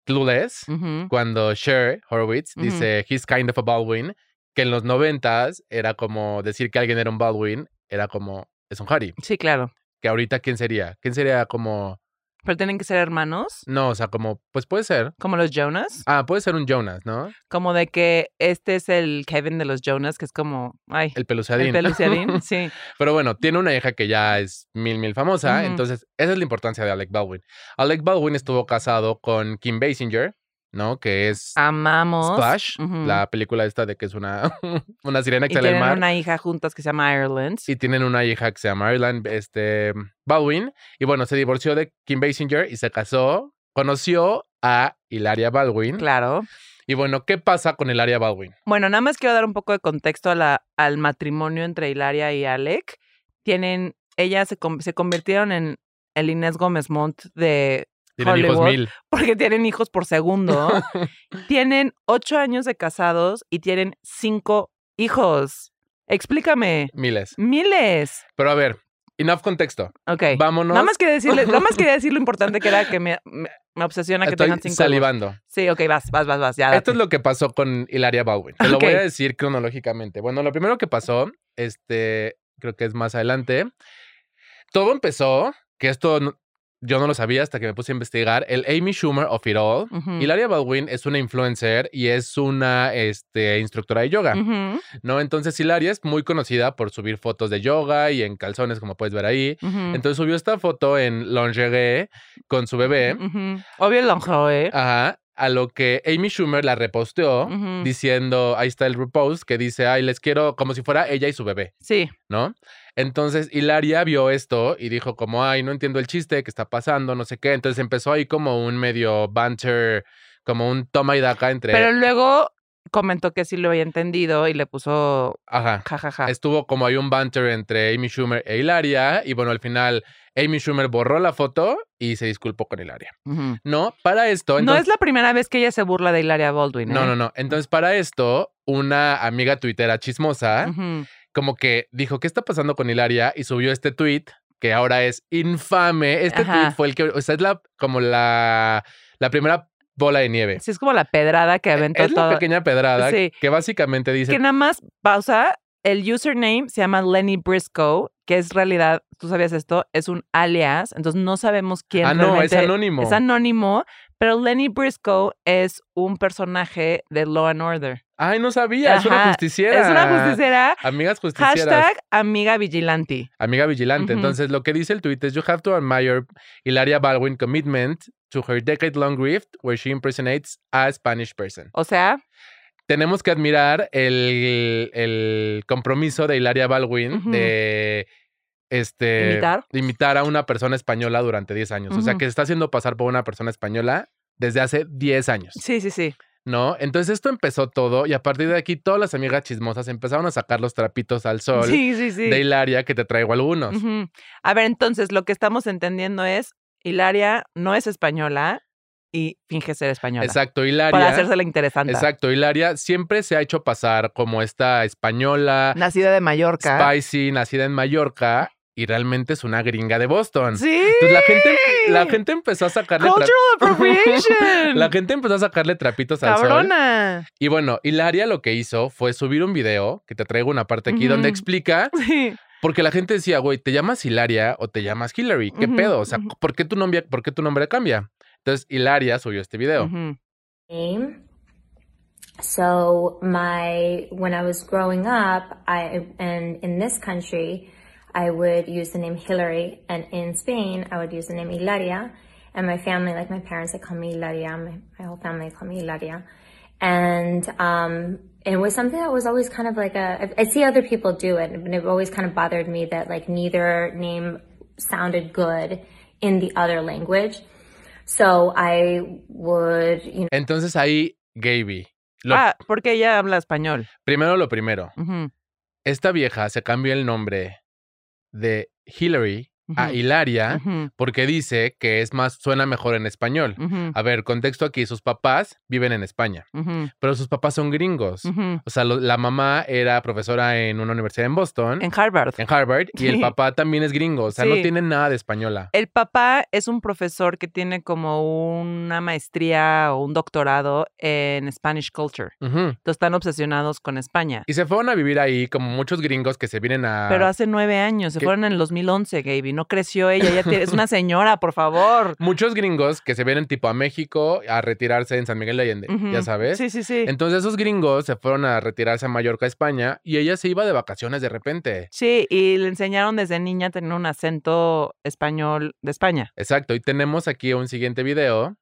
Clueless,
Ujú.
cuando Cher Horowitz
Ujú.
dice, he's kind of a Baldwin, que en los noventas era como decir que alguien era un Baldwin, era como, es un Harry,
Sí, claro.
que ahorita, ¿quién sería? ¿Quién sería como,
Pero tienen que ser hermanos,
no, o sea, como, pues puede ser.
como los Jonas.
Ah, puede ser un Jonas, ¿no?
Como de que este es el Kevin de los Jonas, que es como, ay,
El
el,
peluciadín.
peluciadín. Sí.
Pero bueno, tiene una hija que ya es mil, mil famosa.
Ujú.
Entonces, esa es la importancia de Alec Baldwin. Alec Baldwin estuvo casado con Kim Basinger, ¿no? Que es
Amamos.
Splash,
Ah, Ujú.
la película esta de que es una, una sirena que
Y
sale al
tienen
mar.
una hija juntas que se llama Ireland.
Y tienen una hija que se llama Marilyn este, Baldwin. Y bueno, se divorció de Kim Basinger y se casó. Conoció a Hilaria Baldwin.
Claro.
Y bueno, ¿qué pasa con Hilaria Baldwin?
Bueno, nada más quiero dar un poco de contexto a la- al matrimonio entre Hilaria y Alec. Tienen, ellas se, con- se convirtieron en el Inés Gómez Montt de,
Tienen hijos
Hollywood.
mil.
porque tienen hijos por segundo. tienen ocho años de casados y tienen cinco hijos. Explícame.
Miles.
Miles.
Pero a ver, enough contexto.
Ok.
Vámonos.
Nada más quería decirle, nada más quería decir lo importante que era que me, me- me obsesiona que
Estoy
tengan cinco hijos.
salivando.
Sí, ok, vas, vas, vas, vas. Ya.
Esto es
date.
lo que pasó con Hilaria Baldwin. Te lo voy
Ok.
a decir cronológicamente. Bueno, lo primero que pasó, este, creo que es más adelante. Todo empezó, que esto no- yo no lo sabía hasta que me puse a investigar, el Amy Schumer of it all.
Ujú.
Hilaria Baldwin es una influencer y es una este, instructora de yoga,
Ujú,
¿no? Entonces Hilaria es muy conocida por subir fotos de yoga y en calzones, como puedes ver ahí.
ujú,
Entonces subió esta foto en lingerie con su bebé.
ujú. Obvio ¿eh? el lingerie.
Ajá. A lo que Amy Schumer la reposteó
Ujú.
diciendo, ahí está el repost, que dice, ay, les quiero, como si fuera ella y su bebé,
Sí.
¿no? Entonces Hilaria vio esto y dijo como, ay, no entiendo el chiste que está pasando, no sé qué. Entonces empezó ahí como un medio banter, como un toma y daca entre...
Pero luego comentó que sí lo había entendido y le puso
Ajá.
jajaja.
Estuvo como hay un banter entre Amy Schumer e Hilaria. Y bueno, al final Amy Schumer borró la foto y se disculpó con Hilaria.
Ujú.
No, para esto.
no
entonces-
es la primera vez que ella se burla de Hilaria Baldwin. ¿eh?
No, no, no. Entonces, para esto, una amiga tuitera chismosa, como que dijo, ¿qué está pasando con Hilaria? Y subió este tweet que ahora es infame. Este
Ajá.
tweet fue el que, o sea, es la, como la, la primera bola de nieve.
Sí, es como la pedrada que aventó
E, Es la
todo.
pequeña pedrada
Sí.
que básicamente dice,
Que nada más pausa. El username se llama Lenny Briscoe, que es realidad, tú sabías esto, es un alias, entonces no sabemos quién
ah, no, es
realmente-
anónimo.
Es anónimo, pero Lenny Briscoe es un personaje de Law and Order.
Ay, no sabía, es una
Ajá,
justiciera.
Es una justiciera.
Amigas justicieras.
Hashtag amiga vigilante.
Amiga vigilante.
Ujú.
Entonces, lo que dice el tweet es: You have to admire Hilaria Baldwin's commitment to her decade long rift where she impersonates a Spanish person.
O sea,
Tenemos que admirar el, el compromiso de Hilaria Baldwin
Ujú.
de este,
Imitar.
imitar a una persona española durante 10 años. O sea,
Ujú.
que se está haciendo pasar por una persona española desde hace 10 años.
sí, sí, sí.
¿no? Entonces esto empezó todo y a partir de aquí todas las amigas chismosas empezaron a sacar los trapitos al sol
Sí, sí, sí.
de Hilaria, que te traigo algunos.
Ujú. A ver, entonces lo que estamos entendiendo es Hilaria no es española y finge ser española.
Exacto, Hilaria.
Para hacérsela interesante.
Exacto, Hilaria siempre se ha hecho pasar como esta española,
Nacida de Mallorca.
spicy, nacida en Mallorca y realmente es una gringa de Boston.
Sí.
Entonces la gente, la gente empezó a sacarle tra-
Cultural appropriation.
La gente empezó a sacarle trapitos al sol.
Cabrona.
Y bueno, Hilaria lo que hizo fue subir un video, que te traigo una parte aquí, donde
Ujú.
explica
Sí.
Porque la gente decía, güey, ¿te llamas Hilaria o te llamas Hillary? ¿Qué
Ujú,
pedo? O sea,
ujú.
¿por qué, tu nombre, ¿por qué tu nombre cambia? Entonces, Hilaria subió este video.
Ujú.
name. So my when I was growing up, I and in this country, I would use the name Hillary, and in Spain, I would use the name Hilaria. And my family, like my parents, they call me Hilaria. My, my whole family call me Hilaria, and um, it was something that was always kind of like a. I I see other people do it, and it always kind of bothered me that like neither name sounded good in the other language. So I would, you know.
Entonces ahí, Gaby. Lo,
Ah, porque ella habla español.
Primero lo primero.
Ujú,
Esta vieja se cambió el nombre de Hillary a
Ujú.
Hilaria
ujú,
porque dice que es más, suena mejor en español.
ujú,
A ver, contexto aquí, sus papás viven en España,
ujú,
pero sus papás son gringos.
ujú.
O sea, lo- la mamá era profesora en una universidad en Boston,
En Harvard.
en Harvard, y el
Sí.
papá también es gringo. O sea, no
Sí.
tienen nada de española.
El papá es un profesor que tiene como una maestría o un doctorado en Spanish culture.
Ujú.
Entonces están obsesionados con España.
Y se fueron a vivir ahí como muchos gringos que se vienen a...
Pero hace nueve años, se
Ah. ¿Qué?
fueron en el 2011, Gaby. No creció ella, ya tiene- es una señora, por favor.
Muchos gringos que se vienen tipo a México a retirarse en San Miguel de Allende,
Ujú.
Eh, ya sabes.
Sí, sí, sí.
Entonces esos gringos se fueron a retirarse a Mallorca, España, y ella se iba de vacaciones de repente.
Sí, y le enseñaron desde niña a tener un acento español de España.
Exacto, y tenemos aquí un siguiente video.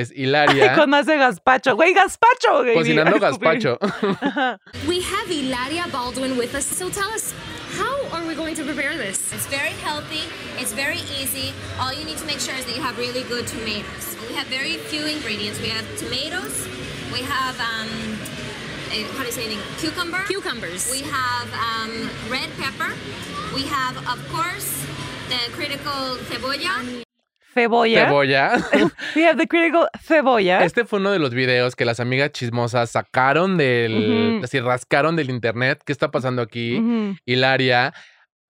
es Hilaria
Cuando hace gazpacho. Güey, gazpacho, Gaby.
Ah. cocinando
Ay, escupí.
gazpacho.
Ajá.
We have Ilaria Baldwin with us, so tell us, how are we going to prepare this?
It's very healthy, it's very easy. All you need to make sure is that you have really good tomatoes. We have very few ingredients. We have tomatoes, we have, um, eh, how do you say it? in- Cucumber. Cucumbers. We have um, red pepper, we have, of course, the critical cebolla.
Cebolla.
Cebolla.
We have the critical cebolla.
Este fue uno de los videos que las amigas chismosas sacaron del.
Ujú.
Así rascaron del internet. ¿Qué está pasando aquí?
Ujú,
Hilaria.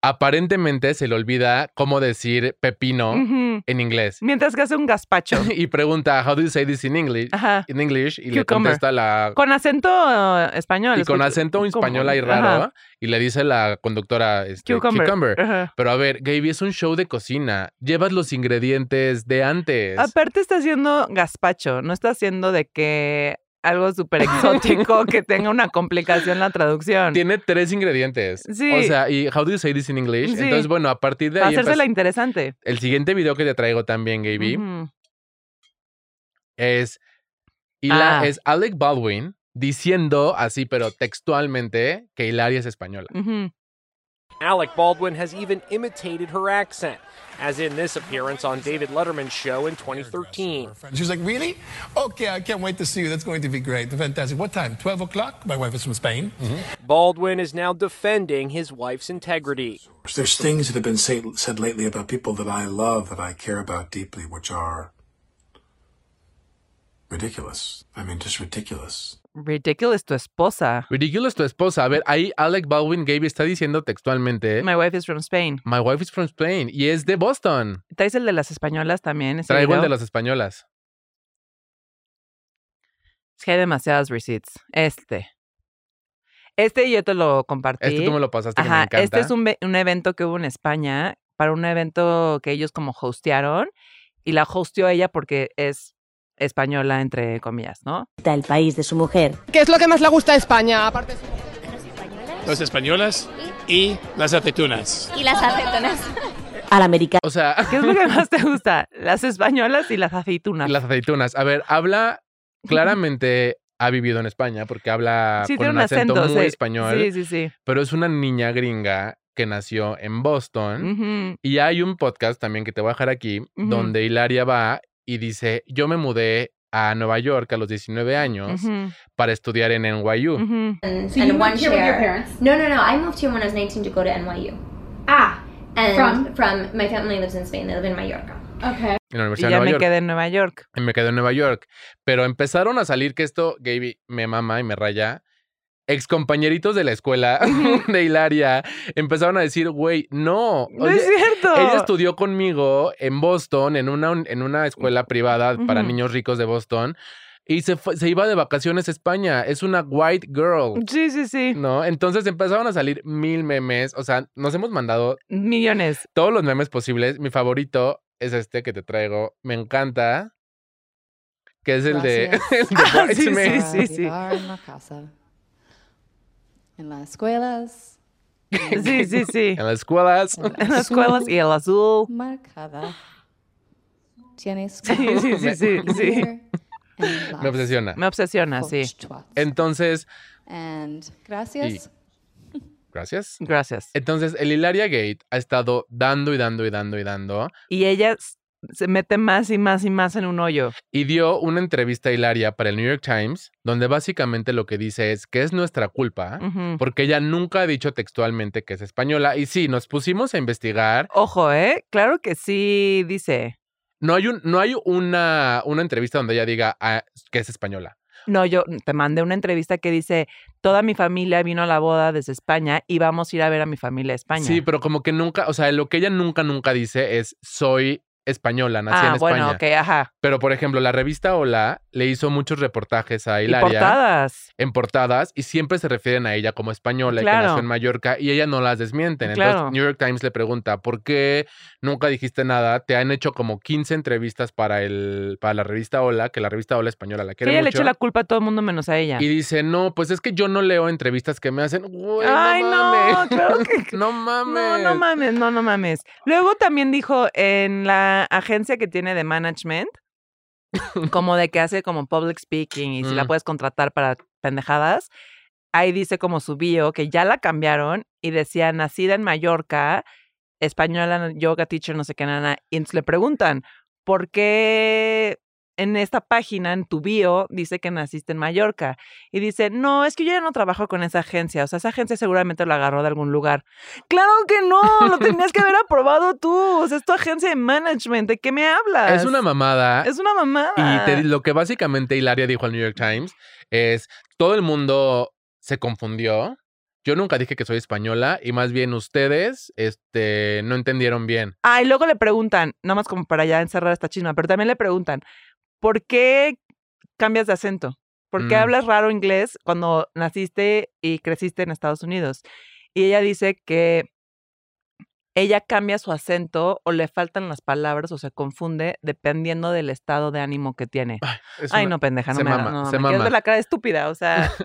Aparentemente se le olvida cómo decir pepino
ujú.
en inglés.
Mientras que hace un gazpacho.
Y pregunta, how do you say this in English?
Ajá.
In English. Y le
Cucumber.
contesta la.
Con acento eh, español.
Y con
escucha-
acento
como-
español ahí
ajá.
raro. Y le dice la conductora este,
Cucumber. Eh.
cucumber.
Ajá.
Pero a ver, Gaby, es un show de cocina. Llevas los ingredientes de antes.
Aparte está haciendo gazpacho, no está haciendo de que algo súper exótico que tenga una complicación la traducción.
Tiene tres ingredientes.
Sí.
O sea, y how do you say this in English?
Sí.
Entonces, bueno, a partir de
Para
ahí. pues,
hacérsela
empezó-
interesante.
El siguiente video que te traigo también, Gaby,
Ujú.
es, Hila-
Ah.
es Alec Baldwin diciendo así, pero textualmente, que Hilaria es española.
Ujú.
Alec Baldwin has even imitated her accent, as in this appearance on David Letterman's show in 2013.
And she was like, Really? Okay, I can't wait to see you. That's going to be great. Fantastic. What time? 12 o'clock? My wife is from Spain.
Mm-hmm. Baldwin is now defending his wife's integrity.
There's things that have been say, said lately about people that I love, that I care about deeply, which are ridiculous. I mean, just ridiculous.
Ridiculous tu esposa.
Ridiculous tu esposa. A ver, ahí Alec Baldwin Gaby está diciendo textualmente.
My wife is from Spain.
My wife is from Spain. Y es de Boston.
¿Traes el de las españolas también? ese
Traigo el
video?
de las españolas.
Es que hay demasiadas receipts. Este. Este yo te lo compartí.
Este tú me lo pasaste, que me
Ajá,
encanta.
Este es un, ve- un evento que hubo en España, para un evento que ellos como hostearon, y la hosteó ella porque es española, entre comillas, ¿no?
El país de su mujer.
¿Qué es lo que más le gusta a España? Aparte de su-
Los españolas y las aceitunas.
Y las aceitunas.
Al americano.
O sea,
¿qué es lo que más te gusta? Las españolas y las aceitunas.
Las aceitunas. A ver, habla claramente ha vivido en España porque habla
Sí,
con
tiene
un
un
acento,
acento,
muy
sí.
español.
Sí, sí, sí.
Pero es una niña gringa que nació en Boston
Ujú.
y hay un podcast también que te voy a dejar aquí
Ujú.
donde Hilaria va y dice, "Yo me mudé a Nueva York a los 19 años
Ujú.
para estudiar en NYU."
And,
So
and
you moved
one
here
chair.
with your parents?
No, no, no. I moved here when I was 19 to go to NYU. Ah. And
from?
from my family lives in Spain. They live in Mallorca. Okay.
Y
en la Universidad
ya
de Nueva
me
York.
quedé en Nueva York.
Y me quedé en Nueva York. Pero empezaron a salir que esto, Gaby, me mama y me raya. Excompañeritos de la escuela de Hilaria empezaron a decir, güey, no.
No es cierto. Mm,
Ella estudió conmigo en Boston, en una, un- en una escuela privada para
Ujú.
niños ricos de Boston. Y se, fue- se iba de vacaciones a España. Es una white girl.
Sí, sí, sí.
¿No? Entonces empezaron a salir mil memes. O sea, nos hemos mandado
Millones.
todos los memes posibles. Mi favorito es este que te traigo. Me encanta. Que es el de, el de
Ah, sí,
Bridesmaid.
sí, sí. en la casa. En las escuelas.
Sí, sí, sí.
En las escuelas.
En las escuelas y el azul.
Marcada. Tienes
Sí, sí, sí, sí, sí.
Me obsesiona.
Me obsesiona, sí.
Entonces,
And gracias.
gracias.
Gracias.
Entonces, el Hilaria Gate ha estado dando y dando y dando y dando.
Y ella s- se mete más y más y más en un hoyo.
Y dio una entrevista a Hilaria para el New York Times, donde básicamente lo que dice es que es nuestra culpa,
Ujú.
porque ella nunca ha dicho textualmente que es española. Y sí, nos pusimos a investigar.
Ojo, ¿eh? Claro que sí dice.
No hay, un, no hay una, una entrevista donde ella diga ah, que es española.
No, yo te mandé una entrevista que dice, toda mi familia vino a la boda desde España y vamos a ir a ver a mi familia a España.
Sí, pero como que nunca, o sea, lo que ella nunca, nunca dice es soy española, nací
ah,
en España.
bueno, ok, ajá.
Pero, por ejemplo, la revista Hola le hizo muchos reportajes a
Y
Hilaria.
portadas.
En portadas, y siempre se refieren a ella como española y que
Claro. Mm,
nació en Mallorca, y ella no las desmienten.
Claro.
Entonces, New York Times le pregunta, ¿por qué nunca dijiste nada? Te han hecho como 15 entrevistas para, el, para la revista Hola, que la revista Hola española la
Que
quiere
ella le
mucho.
echó la culpa a todo el mundo menos a ella.
Y dice, no, pues es que yo no leo entrevistas que me hacen. Güey,
Ay,
no,
no,
mames".
claro que
no mames.
No, no mames, no, no mames. Luego también dijo en la agencia que tiene de management, como de que hace como public speaking y si la
Mm.
puedes contratar para pendejadas, ahí dice como su bio que ya la cambiaron y decía nacida en Mallorca, española, yoga teacher, no sé qué, nana. Y entonces le preguntan, ¿por qué en esta página, en tu bio, dice que naciste en Mallorca? Y dice, no, es que yo ya no trabajo con esa agencia. O sea, esa agencia seguramente lo agarró de algún lugar. Claro que no, lo tenías que haber aprobado tú. O sea, es tu agencia de management. ¿De qué me hablas?
Es una mamada.
Es una mamada.
Y te- lo que básicamente Hilaria dijo al New York Times es, todo el mundo se confundió. Yo nunca dije que soy española y más bien ustedes este, no entendieron bien.
Ah, y luego le preguntan, nada más como para ya encerrar esta chisma, pero también le preguntan, ¿por qué cambias de acento? ¿Por qué
Mm.
hablas raro inglés cuando naciste y creciste en Estados Unidos? Y ella dice que ella cambia su acento o le faltan las palabras o se confunde dependiendo del estado de ánimo que tiene. Ay,
Ah, es una-
no, pendeja, no
se
me
mama,
hagas- no,
se
me quieres
mama.
ver la cara de estúpida, o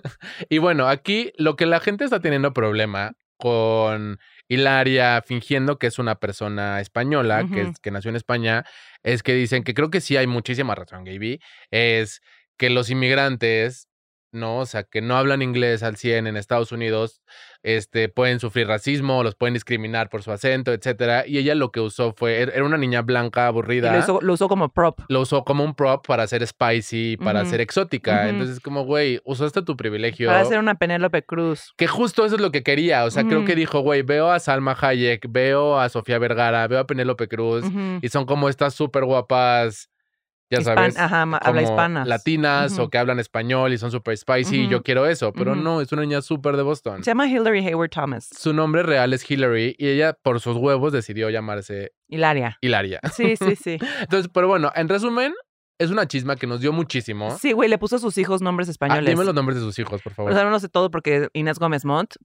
sea,
Y bueno, aquí lo que la gente está teniendo problema con Hilaria fingiendo que es una persona española, que,
Ujú.
es- que nació en España, es que dicen que creo que sí hay muchísima razón, Gaby, es que los inmigrantes ¿no? O sea, que no hablan inglés al 100 en Estados Unidos, este, pueden sufrir racismo, los pueden discriminar por su acento, etcétera. Y ella lo que usó fue, er, era una niña blanca, aburrida.
Y lo, usó, lo usó como prop.
Lo usó como un prop para ser spicy, para
Ujú.
ser exótica.
Ujú.
Entonces, como, güey, usaste tu privilegio.
Para hacer una Penélope Cruz.
Que justo eso es lo que quería. O sea, creo
Ujú.
que dijo, güey, veo a Salma Hayek, veo a Sofía Vergara, veo a Penélope Cruz,
Ujú.
Pues, y son como estas súper guapas, ya
Hispan-
sabes,
ajá, ma- habla
como
hispanas.
Latinas
Ujú.
o que hablan español y son súper spicy, y yo
Ujú.
quiero eso. Pero
Ujú.
no, es una niña súper de Boston.
Se llama Hillary Hayward Thomas.
Su nombre real es Hillary, y ella, por sus huevos, decidió llamarse
Hilaria.
Hilaria.
Sí, sí, sí.
Entonces, pero bueno, en resumen, es una chisma que nos dio muchísimo.
Sí, güey, le puso a sus hijos nombres
Ah,
españoles.
dime los nombres de sus hijos, por favor.
O sea, no lo sé todo porque Inés Gómez Montt,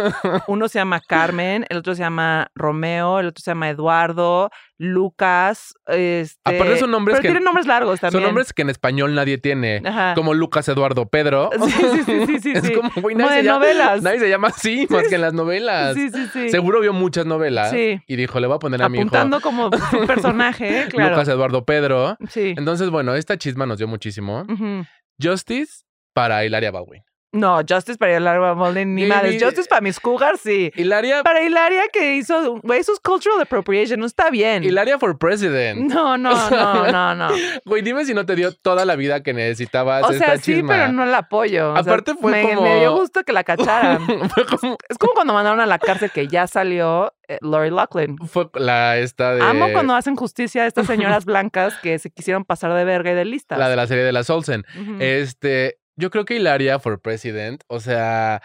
pero uno se llama Carmen, el otro se llama Romeo, el otro se llama Eduardo, Lucas, este...
Aparte son nombres
pero
que-
tienen nombres largos también.
Son nombres que en español nadie tiene,
Ajá.
como Lucas Eduardo Pedro.
Sí, sí, sí, sí, sí,
es
sí.
como, güey,
Como
nadie,
de
se llama-
novelas.
nadie se llama así más que en las novelas.
Sí, sí, sí.
Seguro vio muchas novelas
Sí.
y dijo, le voy a poner a mi hijo
Apuntando como un personaje, ¿eh? claro.
Lucas Eduardo Pedro.
Sí. Mm.
Entonces, bueno, esta chisma nos dio muchísimo.
Ujú.
Justice para Hilaria Baldwin.
No, Justice para Hilaria Baldwin, ni
Baby-
madres. Justice para mis cougars, sí.
Hilaria...
Para Hilaria que hizo, güey, eso es cultural appropriation, no está bien.
Hilaria for President.
No, no,
O sea,
no, no, no.
Güey, dime si no te dio toda la vida que necesitabas
O
esta
sea, sí,
chisma.
pero no la apoyo. O sea,
Aparte fue
me,
como-
Me dio gusto que la cacharan.
Fue como,
Es como cuando mandaron a la cárcel que ya salió eh, Lori Loughlin.
fue la esta de...
Amo cuando hacen justicia a estas señoras blancas que se quisieron pasar de verga y de listas.
La de la serie de las Olsen.
Ujú.
Este, yo creo que Hilaria for President, o sea,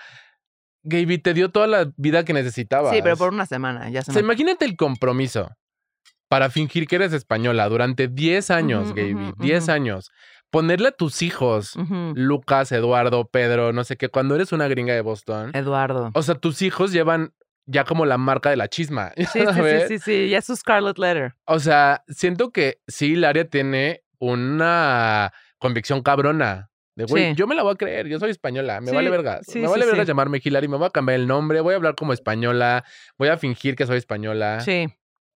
Gaby te dio toda la vida que necesitabas.
Sí, pero por una semana, ya se
O sea,
me...
imagínate el compromiso para fingir que eres española durante 10 años,
Ujú,
Gaby,
ujú,
10
ujú.
años. Ponerle a tus hijos,
Ujú.
Lucas, Eduardo, Pedro, no sé qué, cuando eres una gringa de
Eh.
Boston.
Eduardo.
O sea, tus hijos llevan ya como la marca de la chisma.
Sí, sí, sí,
¿sabes?
sí, sí, ya es su Scarlet Letter.
O sea, siento que sí, Hilaria tiene una convicción cabrona. De, güey,
Sí.
yo me la voy a creer, yo soy española, me
Sí,
vale verga.
sí,
me
sí,
vale verga
sí.
llamarme Hillary, me voy a cambiar el nombre, voy a hablar como española, voy a fingir que soy española.
Sí.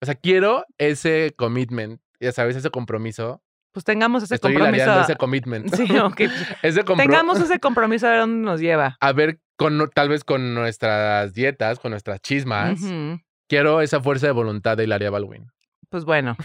O sea, quiero ese commitment, ya sabes, ese compromiso.
Pues tengamos ese
Estoy
compromiso.
hilareando ese commitment.
Sí, ok.
ese compro-
Tengamos ese compromiso a ver dónde nos lleva.
A ver, con, tal vez con nuestras dietas, con nuestras chismas,
Ujú.
quiero esa fuerza de voluntad de Hilaria Baldwin.
Pues bueno,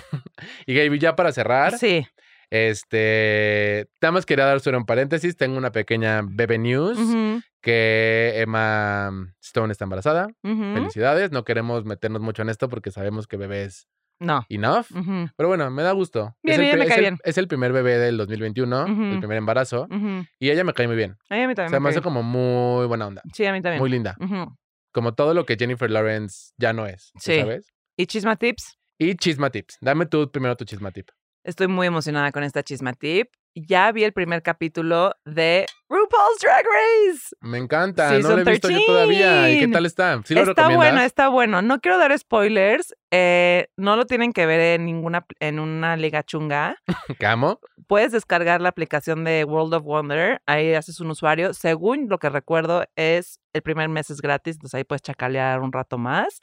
Y Gaby, ya para cerrar.
sí.
Este, nada más quería dar solo un paréntesis. Tengo una pequeña bebé news
Ujú,
que Emma Stone está embarazada.
ujú.
Felicidades. No queremos meternos mucho en esto porque sabemos que bebé es
No.
enough.
Ujú,
Pero bueno, me da gusto.
Bien,
es, el,
bien,
pri-
me
es
cae
el-
bien.
es el primer bebé del 2021, el
Ujú. Ah,
primer embarazo.
ujú.
Y ella me cae muy bien.
Ay, A mí
O
también.
sea,
me
me hace
cae bien.
como muy buena onda.
Sí, a mí también.
Muy linda.
Ujú.
Como todo lo que Jennifer Lawrence ya no es.
Sí.
¿Sabes?
¿Y Chisma Tips?
Y chisma tips. Dame tú primero tu chisma tip.
Estoy muy emocionada con esta Chisma Tip. Ya vi el primer capítulo de RuPaul's Drag Race.
Me encanta. no
Season
lo he visto yo todavía. ¿Y qué
13.
tal está? ¿Sí lo
está bueno,
recomiendas?
está bueno. No quiero dar spoilers. eh, no lo tienen que ver en ninguna pl- en una liga chunga.
Camo.
Puedes descargar la aplicación de World of Wonder. Ahí haces un usuario. Según lo que recuerdo, es el primer mes es gratis, entonces ahí puedes chacalear un rato más.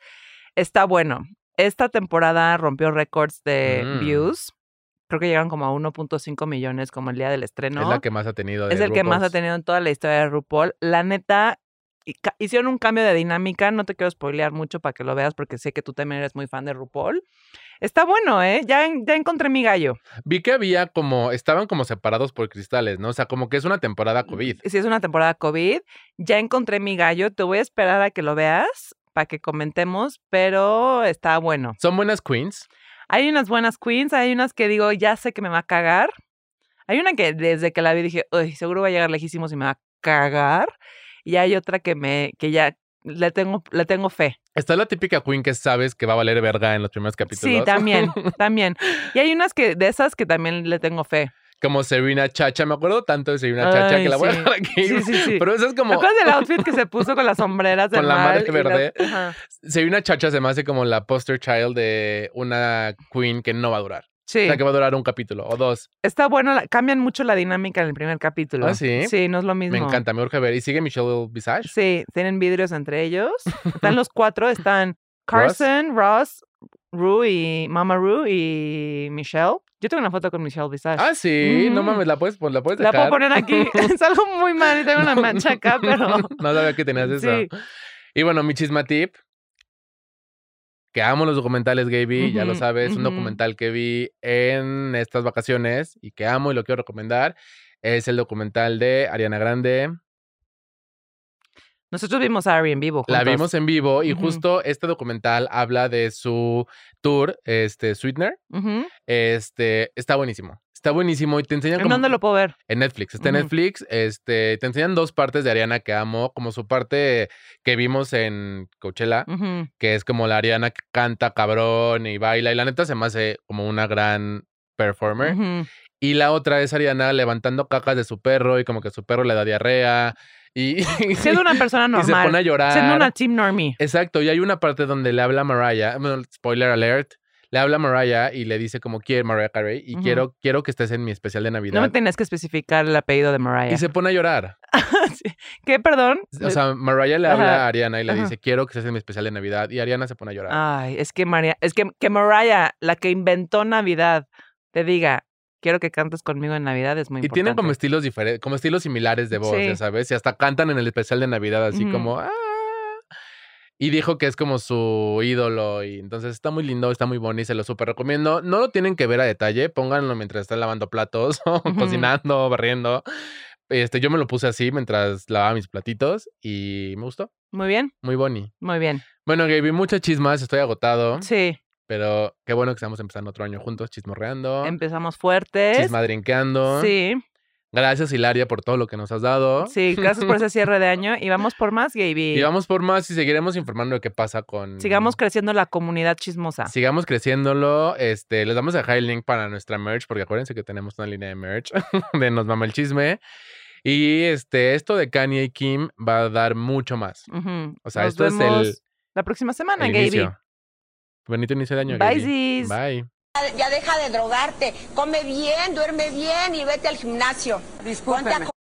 Está bueno. Esta temporada rompió récords de
Mm.
views. Creo que llegaron como a 1.5 millones como el día del estreno.
Es la que más ha tenido. de
Es el que más ha
RuPaul's.
tenido en toda la historia de RuPaul. La neta, y ca- hicieron un cambio de dinámica. No te quiero spoilear mucho para que lo veas porque sé que tú también eres muy fan de RuPaul. Está bueno, ¿eh? Ya, en- ya encontré mi gallo.
Vi que había como, estaban como separados por cristales, ¿no? O sea, como que es una
Mm.
temporada COVID.
Si es una temporada COVID, ya encontré mi gallo. Te voy a esperar a que lo veas para que comentemos, pero está bueno.
Son buenas queens.
Hay unas buenas queens, hay unas que digo, ya sé que me va a cagar. Hay una que desde que la vi dije, uy, seguro va a llegar lejísimos y me va a cagar. Y hay otra que me, que ya le tengo, le tengo fe.
Está la típica queen que sabes que va a valer verga en los primeros capítulos.
Sí, también, también. Y hay unas que, de esas que también le tengo fe.
como Serena Chacha. Me acuerdo tanto de Serena Chacha
Ay,
que la voy a
sí.
dejar aquí.
Sí, sí, sí.
Pero eso es
¿Te
como.
acuerdas del outfit que se puso con las sombreras del
Con la
mal
madre
y
verde.
ajá.
Serena Chacha se me hace como la poster child de una queen que no va a durar.
Sí.
O sea, que va a durar un capítulo o dos.
Está bueno, la- cambian mucho la dinámica en el primer capítulo.
¿Ah, sí?
Sí, no es lo mismo.
Me encanta, me urge ver. ¿Y sigue Michelle Visage?
Sí, tienen vidrios entre ellos. Están los cuatro, están Carson, Ross, Rue y Mama Rue y Michelle. Yo tengo una foto con Michelle Visage.
Ah, sí, no
Mm.
mames, la puedes, pon- la puedes
La puedo
sacar?
poner aquí. Salgo muy mal y tengo una mancha acá, pero.
no sabía que tenías eso.
Sí.
Y bueno, mi chisma tip. Que amo los documentales, Gaby, ya lo
Ujú,
sabes. Un
ujú.
documental que vi en estas vacaciones y que amo y lo quiero recomendar. Es el documental de Ariana Grande.
Nosotros vimos a Ari en vivo.
La
juntos.
vimos en vivo y
Ujú.
justo este documental habla de su tour, este, Sweetener.
Ujú.
Este, está buenísimo. Está buenísimo y te enseñan
¿En
como-
dónde lo puedo ver?
En Netflix. Está en
Ujú.
Netflix. Este, te enseñan dos partes de Ariana que amo, como su parte que vimos en Coachella,
Ujú.
que es como la Ariana que canta cabrón y baila. Y la neta se me hace como una gran performer.
Ujú.
Y la otra es Ariana levantando cacas de su perro y como que su perro le da diarrea. Y,
Siendo una persona normal.
Y se pone a llorar.
Siendo una team normie.
Exacto, y hay una parte donde le habla a Mariah, bueno, spoiler alert, le habla a Mariah y le dice como quiere Mariah Carey y
Ujú.
quiero, quiero que estés en mi especial de
No
Navidad.
me tenías que especificar el apellido de
y
Mariah.
se pone a llorar.
¿Qué, perdón?
O sea, Mariah le habla
Eh, Ajá,
a Ariana y le
ajá. Ah,
dice quiero que estés en mi especial de Navidad y Ariana se pone a llorar.
Ay, es que María, es que, que Mariah, la que inventó Navidad, te diga, quiero que cantes conmigo en Navidad es muy
y tienen
importante.
como estilos diferentes, como estilos similares de voz,
Sí.
ya sabes, y hasta cantan en el especial de Navidad así
Ujú.
como "Ah". y dijo que es como su ídolo y entonces está muy lindo, está muy bonito y se lo súper recomiendo. No lo tienen que ver a detalle, pónganlo mientras están lavando platos o
Ujú.
cocinando, barriendo. Este, yo me lo puse así mientras lavaba mis platitos y me gustó,
Muy bien,
muy boni.
muy bien.
Bueno, Gaby, muchas chismas, estoy agotado,
Sí,
pero qué bueno que estamos empezando otro año juntos, chismorreando,
empezamos fuertes.
chismadrinqueando.
Sí,
Gracias, Hilaria, por todo lo que nos has dado.
sí, gracias por ese cierre de año y vamos por más, Gaby.
Y vamos por más y seguiremos informando de qué pasa con.
Sigamos creciendo la comunidad chismosa.
Sigamos creciéndolo. Este, les vamos a dejar el link para nuestra merch, porque acuérdense que tenemos una línea de merch de Nos Mama el Chisme. Y este, esto de Kanye y Kim va a dar mucho más.
Ujú.
O sea,
Nos
esto es el-
vemos La próxima semana,
El
Gaby.
inicio. Bonito inicio de año.
Bye,
Gaby.
sis.
Bye.
Ya deja de drogarte, come bien, duerme bien y vete al gimnasio. Ponte a
Discúlpeme.